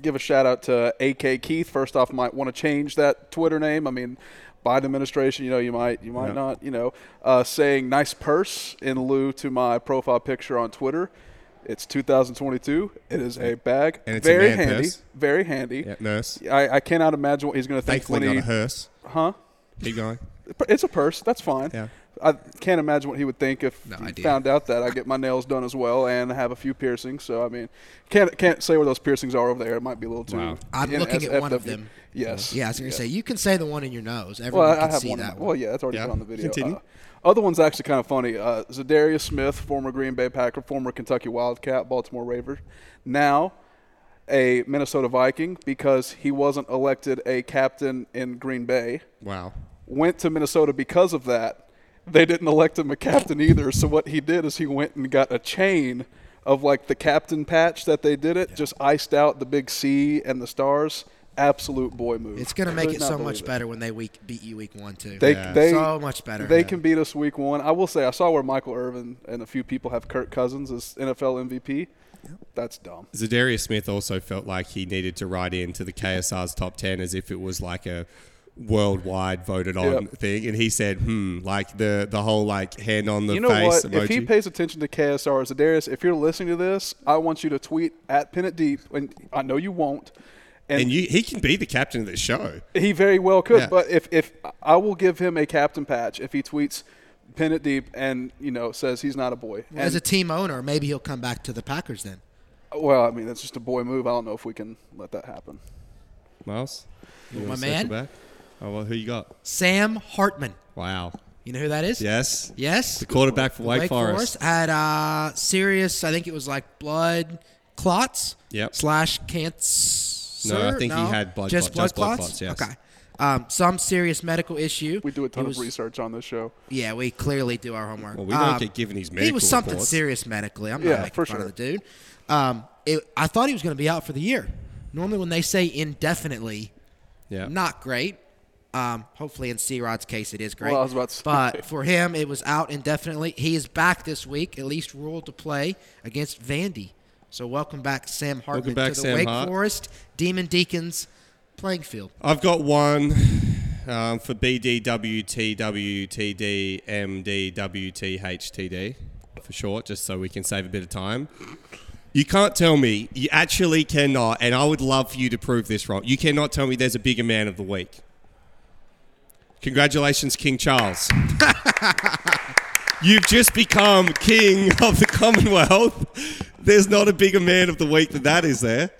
S6: give a shout out to AK Keith. First off, might want to change that Twitter name. I mean, Biden administration, you know, you might you might not, you know, uh, saying nice purse in lieu to my profile picture on Twitter. It's 2022. It is a bag.
S4: And it's a
S6: very
S4: man
S6: handy.
S4: purse.
S6: Very handy.
S4: Yeah, nurse.
S6: I, I cannot imagine what he's going to think
S4: Thankfully,
S6: when
S4: not
S6: he.
S4: a hearse.
S6: Huh?
S4: Keep going.
S6: It's a purse. That's fine.
S4: Yeah.
S6: I can't imagine what he would think if he
S5: idea.
S6: found out that I get my nails done as well and have a few piercings. So I mean, can't can't say where those piercings are over there. It might be a little too.
S4: Wow.
S5: I'm looking at one of them.
S6: Yes.
S5: Yeah, I was gonna say you can say the one in your nose. Everyone
S6: Well, I,
S5: can
S6: I have
S5: see
S6: one.
S5: that one.
S6: Well, yeah, that's already
S4: Yeah.
S6: been on the video.
S4: Continue.
S6: Uh, other one's actually kind of funny. Uh, Zadarius Smith, former Green Bay Packer, former Kentucky Wildcat, Baltimore Raver, now a Minnesota Viking because he wasn't elected a captain in Green Bay
S4: Wow.
S6: went to Minnesota because of that. They didn't elect him a captain either. So what he did is he went and got a chain of like the captain patch that they did it, just iced out the big C and the stars. Absolute boy move.
S5: It's gonna make
S6: Could
S5: it
S6: not
S5: so
S6: believe
S5: much
S6: it.
S5: better when they week beat you week one too.
S6: They, they
S5: so much better.
S6: They can beat us week one. I will say I saw where Michael Irvin and a few people have Kirk Cousins as NFL MVP. That's dumb.
S4: Zadarius Smith also felt like he needed to write into the KSR's top 10 as if it was like a worldwide voted on
S6: Yep.
S4: thing. And he said, hmm, like the, the whole like hand on the
S6: You know
S4: face
S6: what?
S4: emoji.
S6: If he pays attention to KSR Zadarius, if you're listening to this, I want you to tweet at Pin It Deep, and I know you won't.
S4: and you, he can be the captain of the show.
S6: He very well could,
S4: Yeah.
S6: but if if I will give him a captain patch if he tweets pin it deep and you know says he's not a boy. And,
S5: As a team owner, maybe he'll come back to the Packers then.
S6: well, I mean that's just a boy move. I don't know if we can let that happen.
S4: Miles? you
S5: My
S4: wanna circle
S5: man?
S4: Back? Oh, well, who you got?
S5: Sam Hartman.
S4: Wow.
S5: You know who that is?
S4: Yes.
S5: Yes.
S4: The quarterback for Wake, Forest.
S5: had uh, serious. I think it was like blood clots.
S4: Yep.
S5: Slash cancer.
S4: No, I think he had blood
S5: just
S4: clot- just
S5: blood
S4: blood
S5: clots.
S4: clots, yes.
S5: Okay. Um, some serious medical issue.
S6: We do a ton
S5: It
S6: of
S5: was-
S6: research on this show.
S5: Yeah, we clearly do our homework.
S4: Well, we don't
S5: Um,
S4: get given these
S5: He
S4: medical
S5: was something
S4: reports.
S5: serious medically. I'm
S6: Yeah,
S5: not making
S6: for
S5: fun
S6: sure.
S5: of the dude. Um, it, I thought he was going to be out for the year. Normally, when they say indefinitely,
S4: Yeah.
S5: not great. Um, hopefully, in C Rod's case, it is great.
S6: Well, I was about to say.
S5: But for him, it was out indefinitely. He is back this week, at least ruled to play against Vandy. So welcome back, Sam Hartman,
S4: back,
S5: to the
S4: Sam
S5: Wake
S4: Hart.
S5: Forest Demon Deacons playing field.
S4: I've got one um, for BDWTWTDMDWTHTD for short, just so we can save a bit of time. You can't tell me, you actually cannot, and I would love for you to prove this wrong. You cannot tell me there's a bigger man of the week. Congratulations, King Charles. You've just become king of the Commonwealth. There's not a bigger man of the week than that, is there?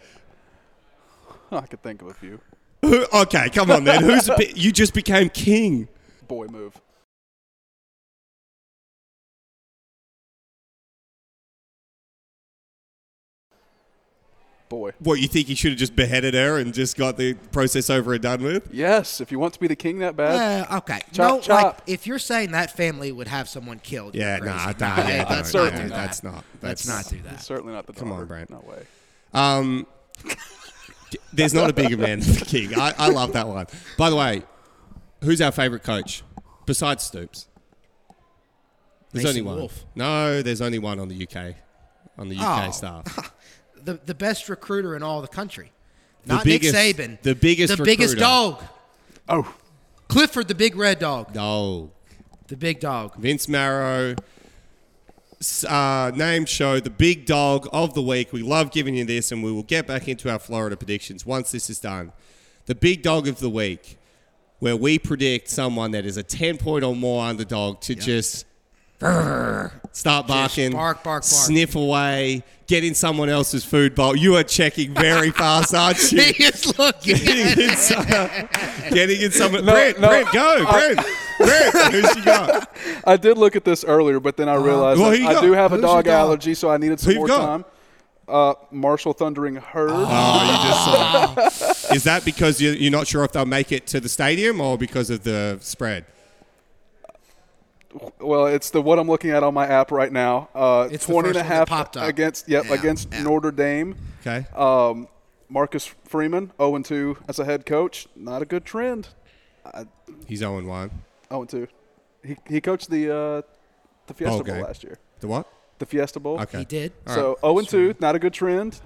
S6: I could think of a few.
S4: Who, okay, come on, man. Who's the bi- you just became king?
S6: Boy move. Boy.
S4: What you think he should have just beheaded her and just got the process over and done with?
S6: Yes, if you want to be the king that bad,
S5: Uh, okay.
S6: Chop,
S5: no, like
S6: chop.
S5: if you're saying that family would have someone killed, you're
S4: Yeah,
S5: crazy.
S4: nah,
S5: No,
S4: nah,
S5: hey,
S4: yeah,
S5: let's
S4: no,
S5: not
S4: no,
S5: do that.
S4: that's not.
S5: Let's
S4: That's
S5: not do that.
S6: certainly not the
S4: Come on,
S6: daughter.
S4: Brent.
S6: No way.
S4: Um, there's not a bigger man than the king. I, I love that one. By the way, who's our favorite coach besides Stoops? There's
S5: Mason
S4: only one.
S5: Wolf.
S4: No, there's only one on the UK, on the UK
S5: Oh.
S4: staff.
S5: The the best recruiter in all the country, not
S4: biggest-
S5: Nick Saban.
S4: the biggest
S5: the biggest
S4: recruiter.
S5: dog,
S6: Oh,
S5: Clifford, the big red dog,
S4: No,
S5: the big dog.
S4: Vince Marrow. s- Uh, name show the big dog of the week. We love giving you this, and we will get back into our Florida predictions once this is done. The big dog of the week, where we predict someone that is a ten point or more underdog to just start barking,
S5: bark, bark, bark.
S4: sniff away, get in someone else's food bowl. You are checking very fast, aren't you?
S5: He is looking. at
S4: getting in some, getting in some.
S6: No,
S4: Brent,
S6: no,
S4: Brent, go,
S6: I-
S4: Brent, Brent. Who's you got?
S6: I did look at this earlier, but then I
S5: Uh-huh.
S6: realized
S4: Well,
S6: that
S4: here you
S6: I
S4: go.
S6: do have a
S4: Who's your
S6: dog,
S4: dog?
S6: allergy, so I needed some
S4: Who you
S6: more
S4: got?
S6: time. Uh, Marshall Thundering Herd.
S5: Uh-huh.
S4: Oh, you just saw. it. Is that because you- you're not sure if they'll make it to the stadium or because of the spread?
S6: Well, it's the what I'm looking at on my app right now. Uh,
S5: It's the
S6: 20 and a
S5: first one that
S6: half
S5: popped up.
S6: against yep,
S5: Yeah,
S6: against
S5: yeah.
S6: Notre Dame.
S4: Okay.
S6: Um, Marcus Freeman 0 and 2 as a head coach. Not a good trend.
S4: He's 0 and 1.
S6: 0 and 2. He he coached the uh, the Fiesta
S4: Okay.
S6: Bowl last year.
S4: The what?
S6: The Fiesta Bowl.
S4: Okay.
S5: He did.
S4: All
S6: So 0 and 2, not a good trend.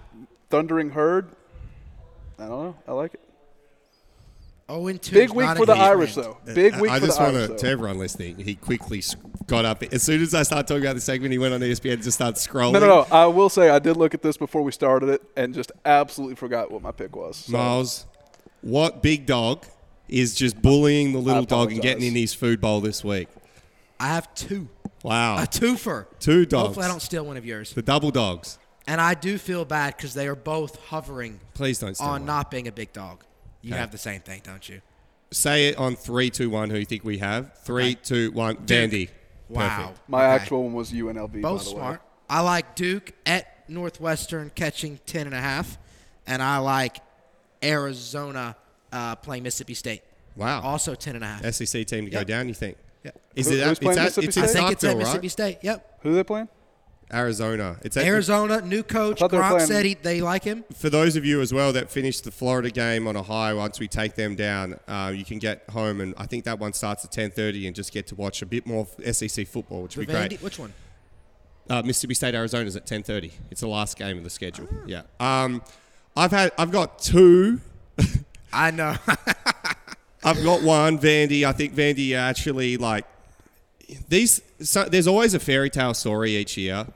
S6: Thundering Herd. I don't know. I like it.
S5: Oh, and two.
S6: Big
S5: is
S6: week
S5: not
S6: for the
S5: engagement.
S6: Irish, though. Big
S4: Uh, I-
S6: week
S4: I
S6: for
S4: just
S6: the
S4: want
S6: Irish,
S4: to, to
S6: though.
S4: everyone listening, he quickly s- got up. As soon as I started talking about the segment, he went on E ESPN and just started scrolling.
S6: No, no, no. I will say I did look at this before we started it and just absolutely forgot what my pick was. So,
S4: Miles, what big dog is just bullying the little dog and getting
S6: apologize.
S4: in his food bowl this week?
S5: I have two.
S4: Wow.
S5: A twofer.
S4: Two dogs.
S5: Hopefully, I don't steal one of yours.
S4: The double dogs.
S5: And I do feel bad because they are both hovering
S4: Please don't steal
S5: on
S4: one.
S5: not being a big dog. You
S4: Okay.
S5: have the same thing, don't you?
S4: Say it on three, two, one. Who you think we have? Three, two, one. Vandy.
S5: Wow.
S4: Perfect.
S6: my
S5: Okay.
S6: actual one was
S5: Both
S6: UNLV. by the
S5: smart.
S6: Way.
S5: I like Duke at Northwestern catching 10 and a half, and I like Arizona uh, playing Mississippi State.
S4: Wow.
S5: Also 10 and a half.
S4: SEC E team to go
S5: Yep.
S4: down. You think?
S5: Yeah.
S4: Is
S6: Who-
S4: it? at-
S6: who's
S4: it's
S6: playing
S4: at, it's
S6: Mississippi
S4: in
S5: I
S6: State?
S5: think it's at
S4: Starkville,
S5: Mississippi
S4: right?
S5: State. Yep.
S6: Who are they playing?
S4: Arizona. It's at
S5: Arizona, new coach.
S6: thought they were
S5: Gronk
S6: playing-
S5: said he, they like him.
S4: for those of you as well that finished the Florida game on a high, once we take them down, uh, you can get home, and I think that one starts at ten thirty, and just get to watch a bit more SEC football, which would be
S5: Vandy-
S4: great.
S5: Which one?
S4: Uh, Mississippi State Arizona's at ten thirty. It's the last game of the schedule.
S5: Ah.
S4: Yeah, um, I've had I've got two.
S5: I know.
S4: I've got one Vandy. I think Vandy actually like these. So there's always a fairy tale story each year,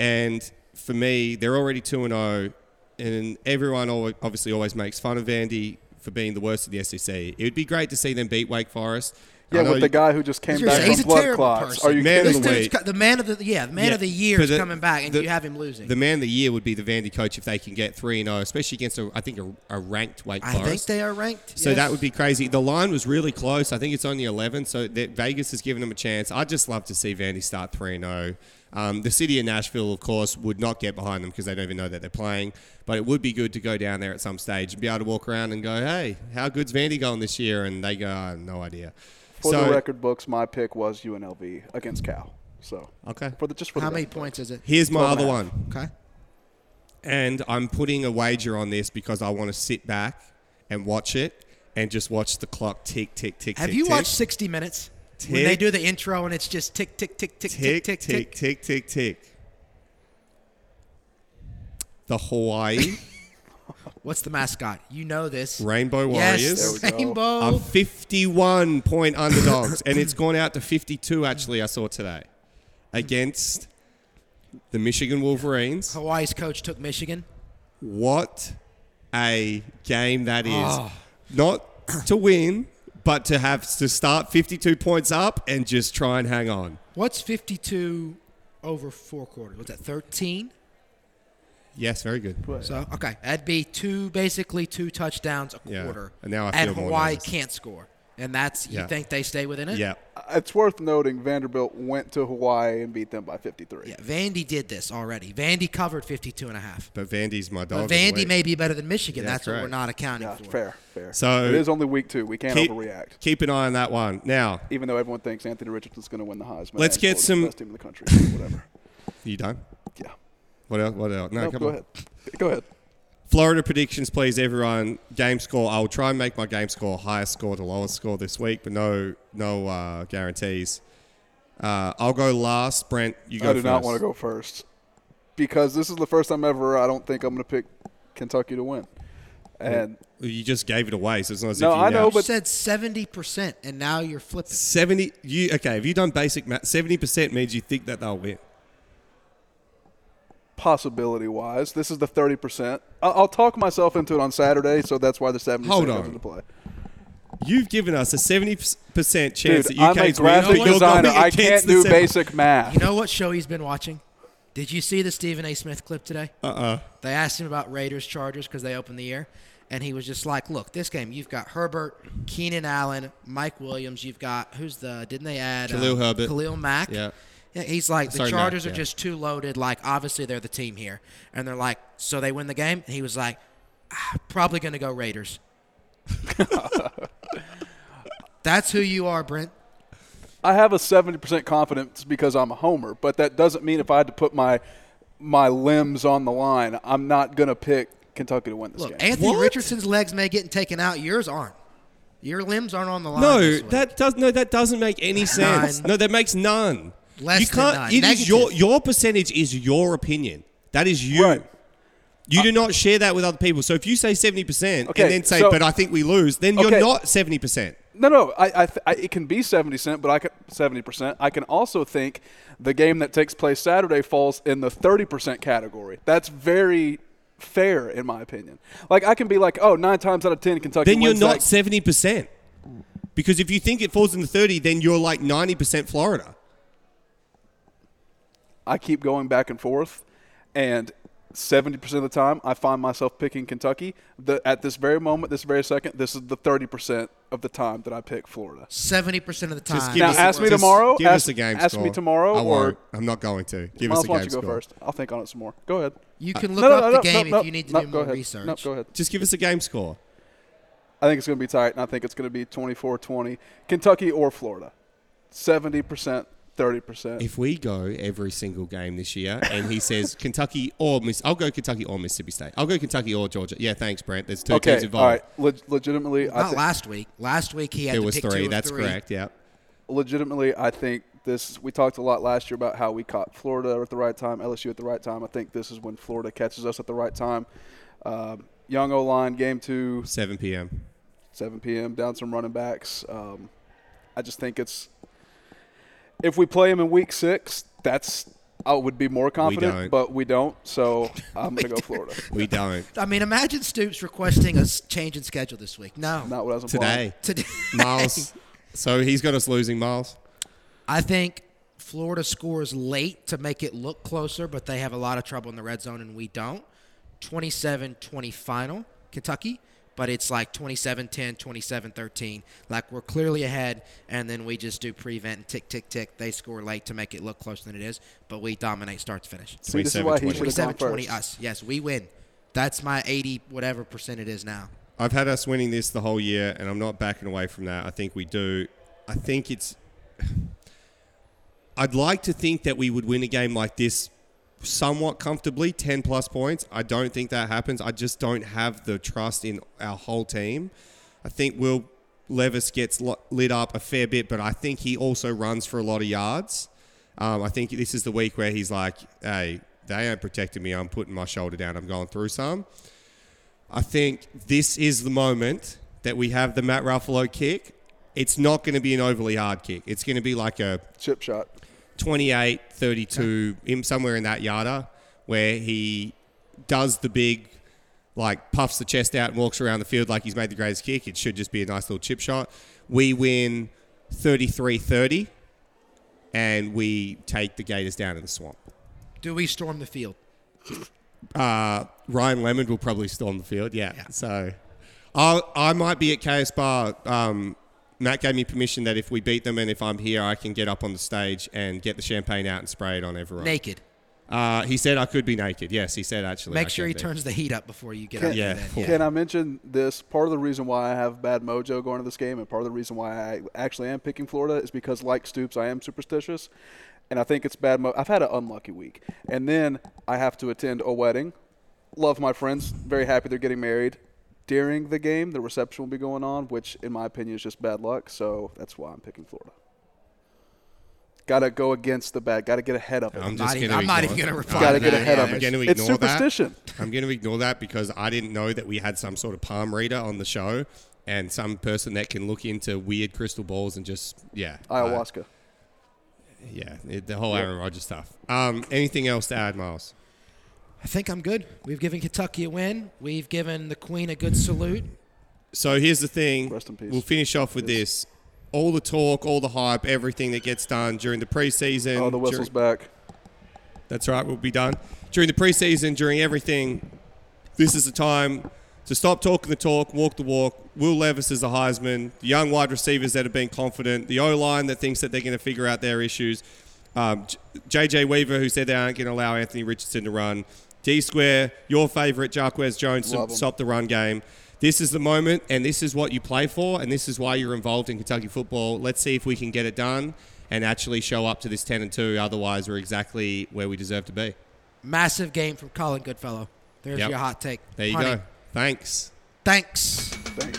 S4: and for me, they're already two and zero, and everyone always, obviously always makes fun of Vandy for being the worst of the SEC. It would be great to see them beat Wake Forest. I
S6: Yeah,
S4: know
S6: with the
S4: you-
S6: guy who just came
S5: He's
S6: back
S5: a
S6: from blood
S5: terrible
S6: clots.
S5: person.
S6: Are you
S4: Man of
S6: kidding
S4: the
S5: this
S6: me?
S5: dude's
S4: Wait.
S5: got, the man of the yeah, the man
S4: Yeah.
S5: of the year
S4: But
S5: is
S4: the-
S5: coming back, and
S4: the-
S5: you have him losing.
S4: The man of the year would be the Vandy coach if they can get three and zero, especially against a, I think a, a ranked Wake
S5: I
S4: Forest.
S5: think they are ranked.
S4: So
S5: yes.
S4: that would be crazy. The line was really close. I think it's only 11. So that Vegas has given them a chance. I'd just love to see Vandy start 3 0. Um, the city of Nashville, of course, would not get behind them because they don't even know that they're playing. But it would be good to go down there at some stage and be able to walk around and go, hey, how good's Vandy going this year? And they go, I have no idea.
S6: For
S4: so,
S6: the record books, my pick was UNLV against Cal. So
S4: Okay.
S6: for the just for
S5: how
S6: the
S5: many
S6: record books.
S5: points is it?
S4: Here's my
S6: 12
S4: other
S6: and a
S4: one.
S5: Okay.
S4: And I'm putting a wager on this because I want to sit back and watch it and just watch the clock tick, tick, tick,
S5: Have
S4: tick.
S5: you
S4: tick.
S5: watched 60 Minutes? When they
S4: Tick.
S5: do the intro and it's just tick, tick, tick, tick, tick, tick, tick.
S4: tick, tick, tick. The Hawaii
S5: What's the mascot? You know this.
S4: Rainbow Warriors
S5: Yes,
S6: There we go.
S4: are
S5: Rainbow.
S4: 51 point underdogs, and it's gone out to 52, actually, I saw today, against the Michigan Wolverines.
S5: Hawaii's coach took Michigan.
S4: What a game that is.
S6: Ah.
S4: Not to win, but to have to start 52 points up and just try and hang on.
S5: What's 52 over four quarters? Was that 13?
S4: Yes, very good.
S5: So okay, that'd be two, basically two touchdowns a
S4: Yeah.
S5: quarter.
S4: And now I
S5: and
S4: feel more
S5: Hawaii
S4: nervous.
S5: can't score, and that's you
S4: Yeah.
S5: think they stay within it?
S4: Yeah.
S6: It's worth noting Vanderbilt went to Hawaii and beat them by 53.
S5: Yeah, Vandy did this already. Vandy covered 52 and a half.
S4: But Vandy's my dog.
S5: But
S4: of the
S5: Vandy
S4: week.
S5: may be better than Michigan.
S4: Yeah,
S5: that's what we're
S4: correct.
S5: not accounting
S6: Yeah,
S5: for.
S6: fair, fair.
S4: So-
S6: it is only week two. We can't
S4: keep,
S6: overreact.
S4: Keep an eye on that one. Now,
S6: Even though everyone thinks Anthony Richardson's going to win the Heisman,
S4: Let's
S6: and
S4: get
S6: voted
S4: some-
S6: best team in the country. or Whatever.
S4: you done?
S6: Yeah.
S4: What else? What else? No,
S6: No,
S4: come
S6: go
S4: on.
S6: ahead. Go ahead.
S4: Florida predictions, please, everyone. Game score. I will try and make my game score highest score to lowest score this week, but no, no uh, guarantees. Uh, I'll go last. Brent, you go
S6: I do
S4: first.
S6: not want to go first because this is the first time ever I don't think I'm going to pick Kentucky to win. And
S4: You just gave it away, so it's not as
S6: No,
S4: if you
S6: I know,
S4: know.
S5: You
S6: but-
S5: said 70 percent, and now you're flipping.
S4: seventy. You okay? Have you done basic math? Seventy percent means you think that they'll win.
S6: possibility wise, this is the 30%. I- I'll talk myself into it on Saturday, so that's why the 70%
S4: Hold
S6: comes
S4: on.
S6: into play.
S4: You've given us a seventy percent chance
S6: Dude,
S4: that
S6: I'm a
S4: UK's winning,
S6: graphic
S4: but you're
S6: designer.
S4: going
S6: I
S4: against
S6: can't
S4: the
S6: do
S4: 70.
S6: basic math.
S5: You know what show he's been watching? Did you see the Stephen A. Smith clip today? Uh uh
S4: Uh-uh.
S5: They asked him about Raiders Chargers because they opened the year, and he was just like, "Look, this game, you've got Herbert, Keenan Allen, Mike Williams. You've got who's the? Didn't they add uh,
S4: Khalil Herbert.
S5: Khalil Mack?
S4: Yeah.
S5: Yeah, He's like the
S4: Sorry, Mack,
S5: Chargers
S4: yeah.
S5: are just too loaded. Like obviously they're the team here, and they're like, so they win the game. And he was like, "Ah, probably going to go Raiders. That's who you are, Brent.
S6: I have a 70% confidence because I'm a homer, but that doesn't mean if I had to put my my limbs on the line, I'm not going to pick Kentucky to win this
S5: Look,
S6: game.
S5: Anthony
S4: What?
S5: Richardson's legs may get taken out. Yours aren't. Your limbs aren't on the line.
S4: No,
S5: this week.
S4: that does no, that doesn't make any sense.
S5: None.
S4: No, that makes none.
S5: Less
S4: you
S5: than
S4: can't.
S5: none.
S4: It is your
S5: Negative.
S4: your percentage is your opinion. That is you.
S6: Right. Uh,
S4: You do not share that with other people. So if you say 70%
S6: Okay,
S4: and then say,
S6: so-
S4: but I think we lose, then
S6: Okay.
S4: you're not 70%.
S6: No, no. I, I, th- I it can be seventy cent, but I can seventy percent. I can also think the game that takes place Saturday falls in the thirty percent category. That's very fair, in my opinion. Like I can be like, oh, nine times out of ten, Kentucky.
S4: Then you're
S6: wins
S4: not 70%.
S6: that-
S4: Because if you think it falls in the 30, then you're like 90% Florida.
S6: I keep going back and forth, and seventy percent of the time, I find myself picking Kentucky. The, at this very moment, this very second, this is the thirty percent of the time that I pick Florida.
S5: Seventy percent of the time.
S4: Just give
S6: Now,
S4: us,
S6: ask me
S4: just
S6: tomorrow,
S4: Give
S6: ask-
S4: us a game
S6: ask me
S4: score.
S6: tomorrow,
S4: I
S6: or-
S4: won't. I'm not going to. Give
S6: Miles,
S4: us a
S6: why
S4: game
S6: don't you go
S4: score.
S6: first? I'll think on it some more. Go ahead.
S5: you can look
S6: No, no,
S5: up
S6: no,
S5: the
S6: no,
S5: game
S6: no,
S5: if you need to
S6: no,
S5: do
S6: go
S5: more
S6: ahead.
S5: research.
S6: No, go ahead.
S4: Just give us a game score.
S6: I think it's going to be tight, and I think it's going to be 24 20. Kentucky or Florida. 70%, 30%.
S4: If we go every single game this year and he says Kentucky or Miss, I'll go Kentucky or Mississippi State. I'll go Kentucky or Georgia. Yeah, thanks, Brent. There's two
S6: okay,
S4: teams involved.
S6: all right. Leg- legitimately, I
S5: Not
S6: thi-
S5: last week. Last week he had
S4: There
S5: to
S4: was
S5: pick two
S4: three.
S5: of
S4: That's
S5: three.
S4: correct. Yeah.
S6: legitimately, I think this. We talked a lot last year about how we caught Florida at the right time, LSU at the right time. I think this is when Florida catches us at the right time. Um, young O line, game two,
S4: 7 p.m.
S6: 7 p.m. down some running backs. Um, I just think it's if we play them in week six, that's I would be more confident,
S4: don't.
S6: but we don't. So I'm gonna go Florida.
S4: We don't.
S5: I mean, imagine Stoops requesting a s- change in schedule this week. No,
S6: Not what I was implying.
S4: Today.
S5: today.
S4: Miles. So he's got us losing Miles.
S5: I think Florida scores late to make it look closer, but they have a lot of trouble in the red zone, and we don't. 27 20 final, Kentucky, but it's like 27 10, 27 13. Like we're clearly ahead, and then we just do prevent and tick, tick, tick. They score late to make it look closer than it is, but we dominate start to finish.
S6: See, this is why he should have
S5: 27
S6: gone
S5: 20
S6: first.
S5: us. Yes, we win. That's my 80 whatever percent it is now.
S4: I've had us winning this the whole year, and I'm not backing away from that. I think we do. I think it's. I'd like to think that we would win a game like this somewhat comfortably, 10 plus points. I don't think that happens. I just don't have the trust in our whole team. I think Will Levis gets lo- lit up a fair bit, but I think he also runs for a lot of yards. Um, I think this is the week where he's like, hey, they ain't protecting me. I'm putting my shoulder down. I'm going through some. I think this is the moment that we have the Matt Ruffalo kick. It's not going to be an overly hard kick. It's going to be like a
S6: Chip shot.
S4: 28, 32, him somewhere in that yarder where he does the big, like puffs the chest out and walks around the field like he's made the greatest kick. It should just be a nice little chip shot. We win 33 30 and we take the Gators down in the swamp.
S5: Do we storm the field?
S4: Uh, Ryan Lemon will probably storm the field. Yeah. So I I might be at KS Bar. Um, Matt gave me permission that if we beat them and if I'm here, I can get up on the stage and get the champagne out and spray it on everyone.
S5: Naked.
S4: Uh, he said I could be naked. Yes, he said actually. I
S5: Make sure
S4: can
S5: he
S4: be.
S5: turns the heat up before you get
S6: Can-
S5: out
S4: Yeah,
S5: there. then.
S4: cool.
S6: Can I mention this? Part of the reason why I have bad mojo going to this game, and part of the reason why I actually am picking Florida, is because, like Stoops, I am superstitious, and I think it's bad. Mo- I've had an unlucky week, and then I have to attend a wedding. Love my friends. Very happy they're getting married. During the game, the reception will be going on, which, in my opinion, is just bad luck. So that's why I'm picking Florida. Got to go against the bad. Got to get ahead of it.
S4: I'm
S5: Not
S4: just
S5: even-
S4: gonna
S5: I'm not
S4: ignore
S5: even gonna
S4: it.
S5: reply
S4: I'm
S6: to Gotta get
S4: gonna-
S6: ahead of
S4: I'm
S6: it.
S4: gonna
S6: It's
S4: ignore that.
S6: superstition.
S4: I'm going to ignore that because I didn't know that we had some sort of palm reader on the show and some person that can look into weird crystal balls and just yeah. Uh,
S6: Ayahuasca.
S4: yeah, it- the whole Aaron Rodgers stuff. Um, anything else to add, Miles?
S5: I think I'm good. We've given Kentucky a win. We've given the Queen a good salute.
S4: So here's the thing.
S6: Rest in peace.
S4: We'll finish off with this. All the talk, all the hype, everything that gets done during the preseason.
S6: oh, the whistle's
S4: during-
S6: back.
S4: That's right, we'll be done. During the preseason, during everything, this is the time to stop talking the talk, walk the walk. Will Levis is a Heisman. The young wide receivers that have been confident. The O line that thinks that they're going to figure out their issues. Um, J- JJ Weaver, who said they aren't going to allow Anthony Richardson to run. D Square, your favorite, Jarquez Jones, to
S6: Love 'em.
S4: stop the run game. This is the moment, and this is what you play for, and this is why you're involved in Kentucky football. Let's see if we can get it done and actually show up to this 10 and 2. Otherwise, we're exactly where we deserve to be.
S5: Massive game from Colin Goodfellow. There's
S4: Yep.
S5: your hot take.
S4: There you
S5: Punt it.
S4: go. Thanks.
S5: Thanks.
S6: Thanks.